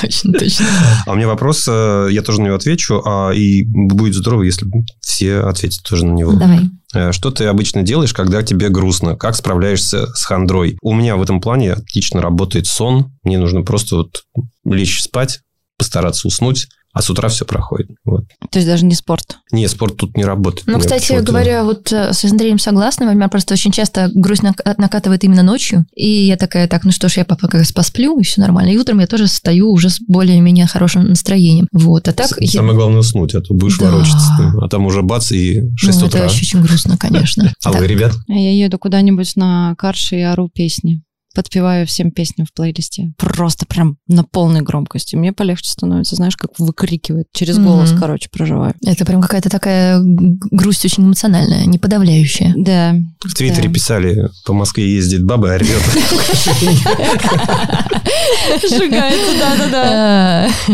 S7: Точно, точно.
S8: А у меня вопрос, э, я тоже на него отвечу, а, и будет здорово, если бы все ответят тоже на него.
S7: Давай.
S8: Э, Что ты обычно делаешь, когда тебе грустно? Как справляешься с хандрой? У меня в этом плане отлично работает сон. Мне нужно просто вот лечь спать, постараться уснуть, а с утра все проходит. Вот.
S13: То есть даже не спорт.
S8: Не, спорт тут не работает.
S7: Ну,
S8: Мне
S7: кстати
S8: почему-то-
S7: говоря, вот э, с Андреем согласна, у меня просто очень часто грусть нак- накатывает именно ночью, и я такая, так, ну что ж, я пока как раз посплю, и все нормально. И утром я тоже стою уже с более-менее хорошим настроением. Вот, а так...
S8: С-
S7: я-
S8: Самое главное уснуть, а то будешь
S7: Да.
S8: ворочаться. ты. А там уже бац и 6
S7: ну, это
S8: утра.
S7: вообще очень грустно, конечно.
S8: А
S7: Да.
S8: вы, ребят?
S13: А Я еду куда-нибудь на карше и ору песни. Подпеваю всем песням в плейлисте. Просто прям на полной громкости. Мне полегче становится, знаешь, как выкрикивает. Через голос,
S7: Мгм.
S13: короче, проживаю.
S7: Это прям какая-то такая г- грусть очень эмоциональная, не подавляющая.
S13: Да.
S8: В Твиттере
S13: Да.
S8: писали, по Москве ездит баба, и орёт.
S13: Сжигается, да-да-да.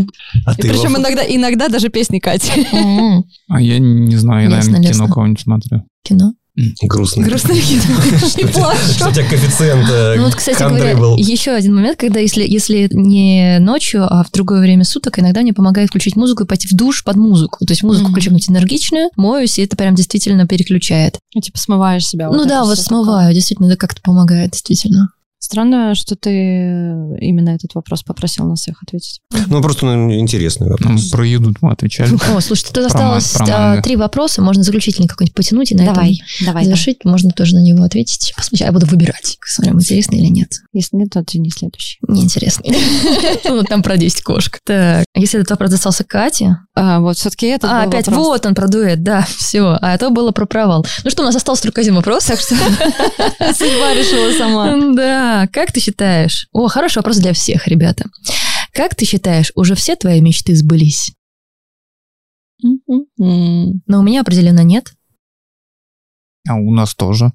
S7: А,
S8: А ты,
S13: Причем
S8: Вов?
S13: иногда, иногда даже песни Кати.
S7: м,
S14: А я не знаю, я,
S7: Лестно,
S14: наверное, кино
S7: лестно.
S14: кого-нибудь смотрю.
S7: Кино.
S8: Грустный.
S15: Грустный
S8: Что у тебя- что у тебя коэффициент э,
S7: Ну вот, кстати
S8: country
S7: говоря,
S8: был?
S7: еще один момент, когда если, если не ночью, а в другое время суток, иногда мне помогает включить музыку и пойти в душ под музыку. То есть музыку включаю какую-нибудь энергичную, моюсь, и это прям действительно переключает.
S6: Ну, типа смываешь себя.
S7: ну
S6: это
S7: да,
S6: всё
S7: вот
S6: такое.
S7: смываю, действительно, это как-то помогает, действительно.
S6: Странно, что ты
S13: э,
S6: именно этот вопрос попросил нас всех ответить.
S8: Ну, просто ну, интересный
S4: Ну,
S8: вопрос.
S4: про еду мы отвечали.
S7: О, слушай, тут
S4: Про
S7: осталось
S4: ма- про
S7: а,
S4: манго.
S7: три вопроса, можно заключительный какой-нибудь потянуть и на
S6: Давай,
S7: этом
S6: давай,
S7: завершить, можно тоже на него ответить. Посмотрим, я буду выбирать, смотрим, интересно или нет.
S6: Если нет, то тяни следующий.
S7: Неинтересно. Ну, там про 10 кошек. Так, если этот вопрос достался Кате...
S6: А, вот все-таки этот
S7: А,
S6: был
S7: опять
S6: вопрос.
S7: вот он про дуэт, да, все. А это было про провал. Ну что, у нас остался только один вопрос, так что...
S15: Судьба решила сама.
S7: Да, как ты считаешь? О, хороший вопрос для всех, ребята. Как ты считаешь, уже все твои мечты сбылись?
S13: М-м-м.
S6: М-м.
S7: Но у меня определенно нет.
S16: А у нас тоже.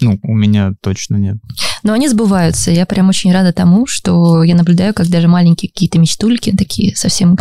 S16: Ну, у меня точно нет.
S7: Но они сбываются. Я прям очень рада тому, что я наблюдаю, как даже маленькие какие-то мечтульки, такие совсем,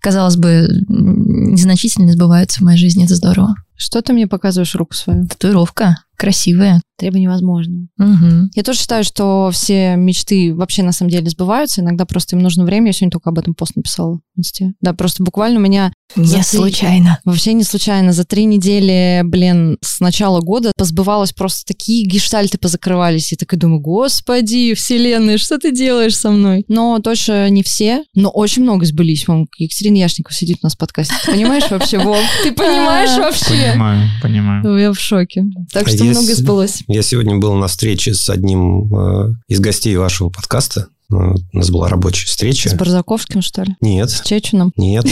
S7: казалось бы, м, незначительные, сбываются в моей жизни. Это здорово.
S6: Что ты мне показываешь руку свою?
S7: Татуировка красивая.
S6: Требование невозможно.
S7: Мгм.
S6: Я тоже считаю, что все мечты вообще на самом деле сбываются. Иногда просто им нужно время. Я сегодня только об этом пост написала. в Инсте. Да, просто буквально у меня
S7: Не
S6: Зацени-
S7: случайно.
S6: Вообще не случайно. За три недели, блин, с начала года позбывалось просто такие гештальты позакрывались. И так и думаю, господи, вселенная, что ты делаешь со мной? Но точно не все, но очень много сбылись. Вон, Екатерина Яшникова сидит у нас в подкасте. Ты понимаешь вообще, Вов? Ты понимаешь вообще?
S16: Понимаю, понимаю.
S6: Ну, Я в шоке. Так
S8: А
S6: что
S8: есть-
S6: много сбылось.
S8: Я сегодня был на встрече с одним э, из гостей вашего подкаста. Ну, У нас была рабочая встреча.
S6: С Барзаковским, что ли?
S8: Нет,
S6: С Чеченом?
S8: нет,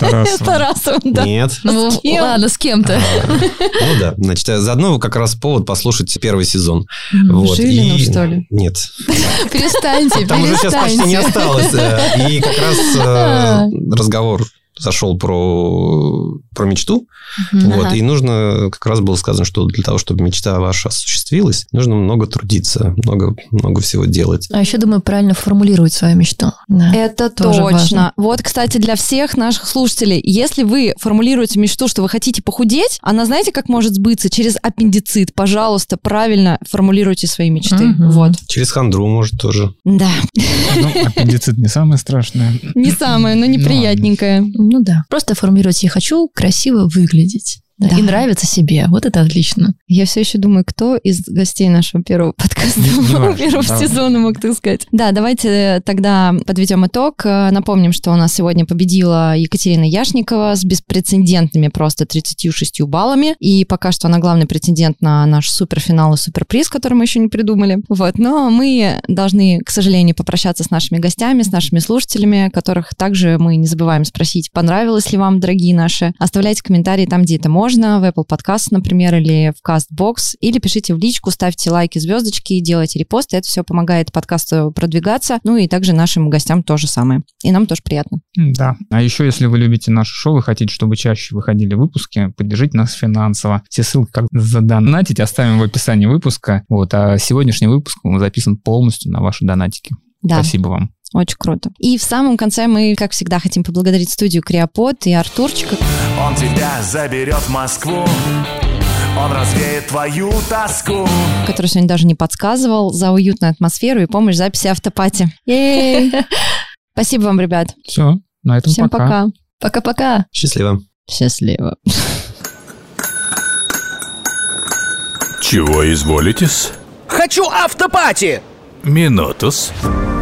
S6: С Тарасовым, да.
S8: нет.
S7: Ну,
S6: С кем?
S7: ладно, с
S8: А,
S7: кем-то.
S8: Ну да, значит, а заодно как раз повод послушать первый сезон. Вот,
S6: Жилиным,
S8: и-
S6: что ли?
S8: Нет.
S7: Перестаньте,
S8: Там уже сейчас почти не
S7: перестаньте.
S8: осталось. э, И как раз э, разговор зашел про, про мечту.
S7: Мгм.
S8: Вот,
S7: Ага.
S8: и нужно, как раз было сказано, что для того, чтобы мечта ваша осуществилась, нужно много трудиться, много, много всего делать.
S7: А еще, думаю, правильно формулировать свою мечту. Э, Да.
S6: Это
S7: Тоже
S6: точно.
S7: важно.
S6: Вот, кстати, для всех наших слушателей, если вы формулируете мечту, что вы хотите похудеть, она знаете, как может сбыться? Через аппендицит. Пожалуйста, правильно формулируйте свои мечты.
S7: Мгм.
S6: Вот.
S8: Через хандру, может, тоже.
S6: Да.
S16: Ну, аппендицит не самое страшное.
S6: Не самое, но неприятненькое.
S7: Ну да. Просто формулировать «я хочу красиво выглядеть». Да,
S6: Да.
S7: И нравится себе. Вот это отлично.
S6: Я все еще думаю, кто из гостей нашего первого подкаста,
S16: Не- не важно,
S6: первого
S16: давай.
S6: сезона, мог так сказать. Да, давайте э, тогда подведем итог. Э, Напомним, что у нас сегодня победила Екатерина Яшникова с беспрецедентными просто 36 баллами. И пока что она главный претендент на наш суперфинал и суперприз, который мы еще не придумали. Вот. Но мы должны, к сожалению, попрощаться с нашими гостями, с нашими слушателями, которых также мы не забываем спросить, понравилось ли вам, дорогие наши. Оставляйте комментарии там, где это можно, в Apple Podcast, например, или в CastBox, или пишите в личку, ставьте лайки, звездочки, делайте репосты. Это все помогает подкасту продвигаться, ну и также нашим гостям то же самое. И нам тоже приятно.
S16: Да.
S4: А еще, если вы любите наше шоу и хотите, чтобы чаще выходили выпуски, поддержите нас финансово. Все ссылки, как задонатить, оставим в описании выпуска. Вот, а сегодняшний выпуск он записан полностью на ваши донатики.
S6: Да.
S4: Спасибо вам.
S6: Очень круто. И в самом конце мы, как всегда, хотим поблагодарить студию Криопод и Артурчика.
S1: Он тебя заберет в Москву Он развеет твою тоску
S6: который сегодня даже не подсказывал, за уютную атмосферу и помощь в записи автопати. Ей! Спасибо вам, ребят.
S4: Все, на этом
S6: Всем пока.
S7: Пока-пока.
S8: Счастливо.
S6: Счастливо.
S17: Чего изволитесь?
S18: Хочу автопати!
S17: Минутус.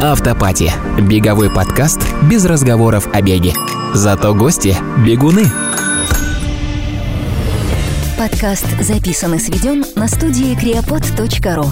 S2: Автопати. Беговой подкаст без разговоров о беге. Зато гости – бегуны.
S9: Подкаст записан и сведен на студии creapod.ru.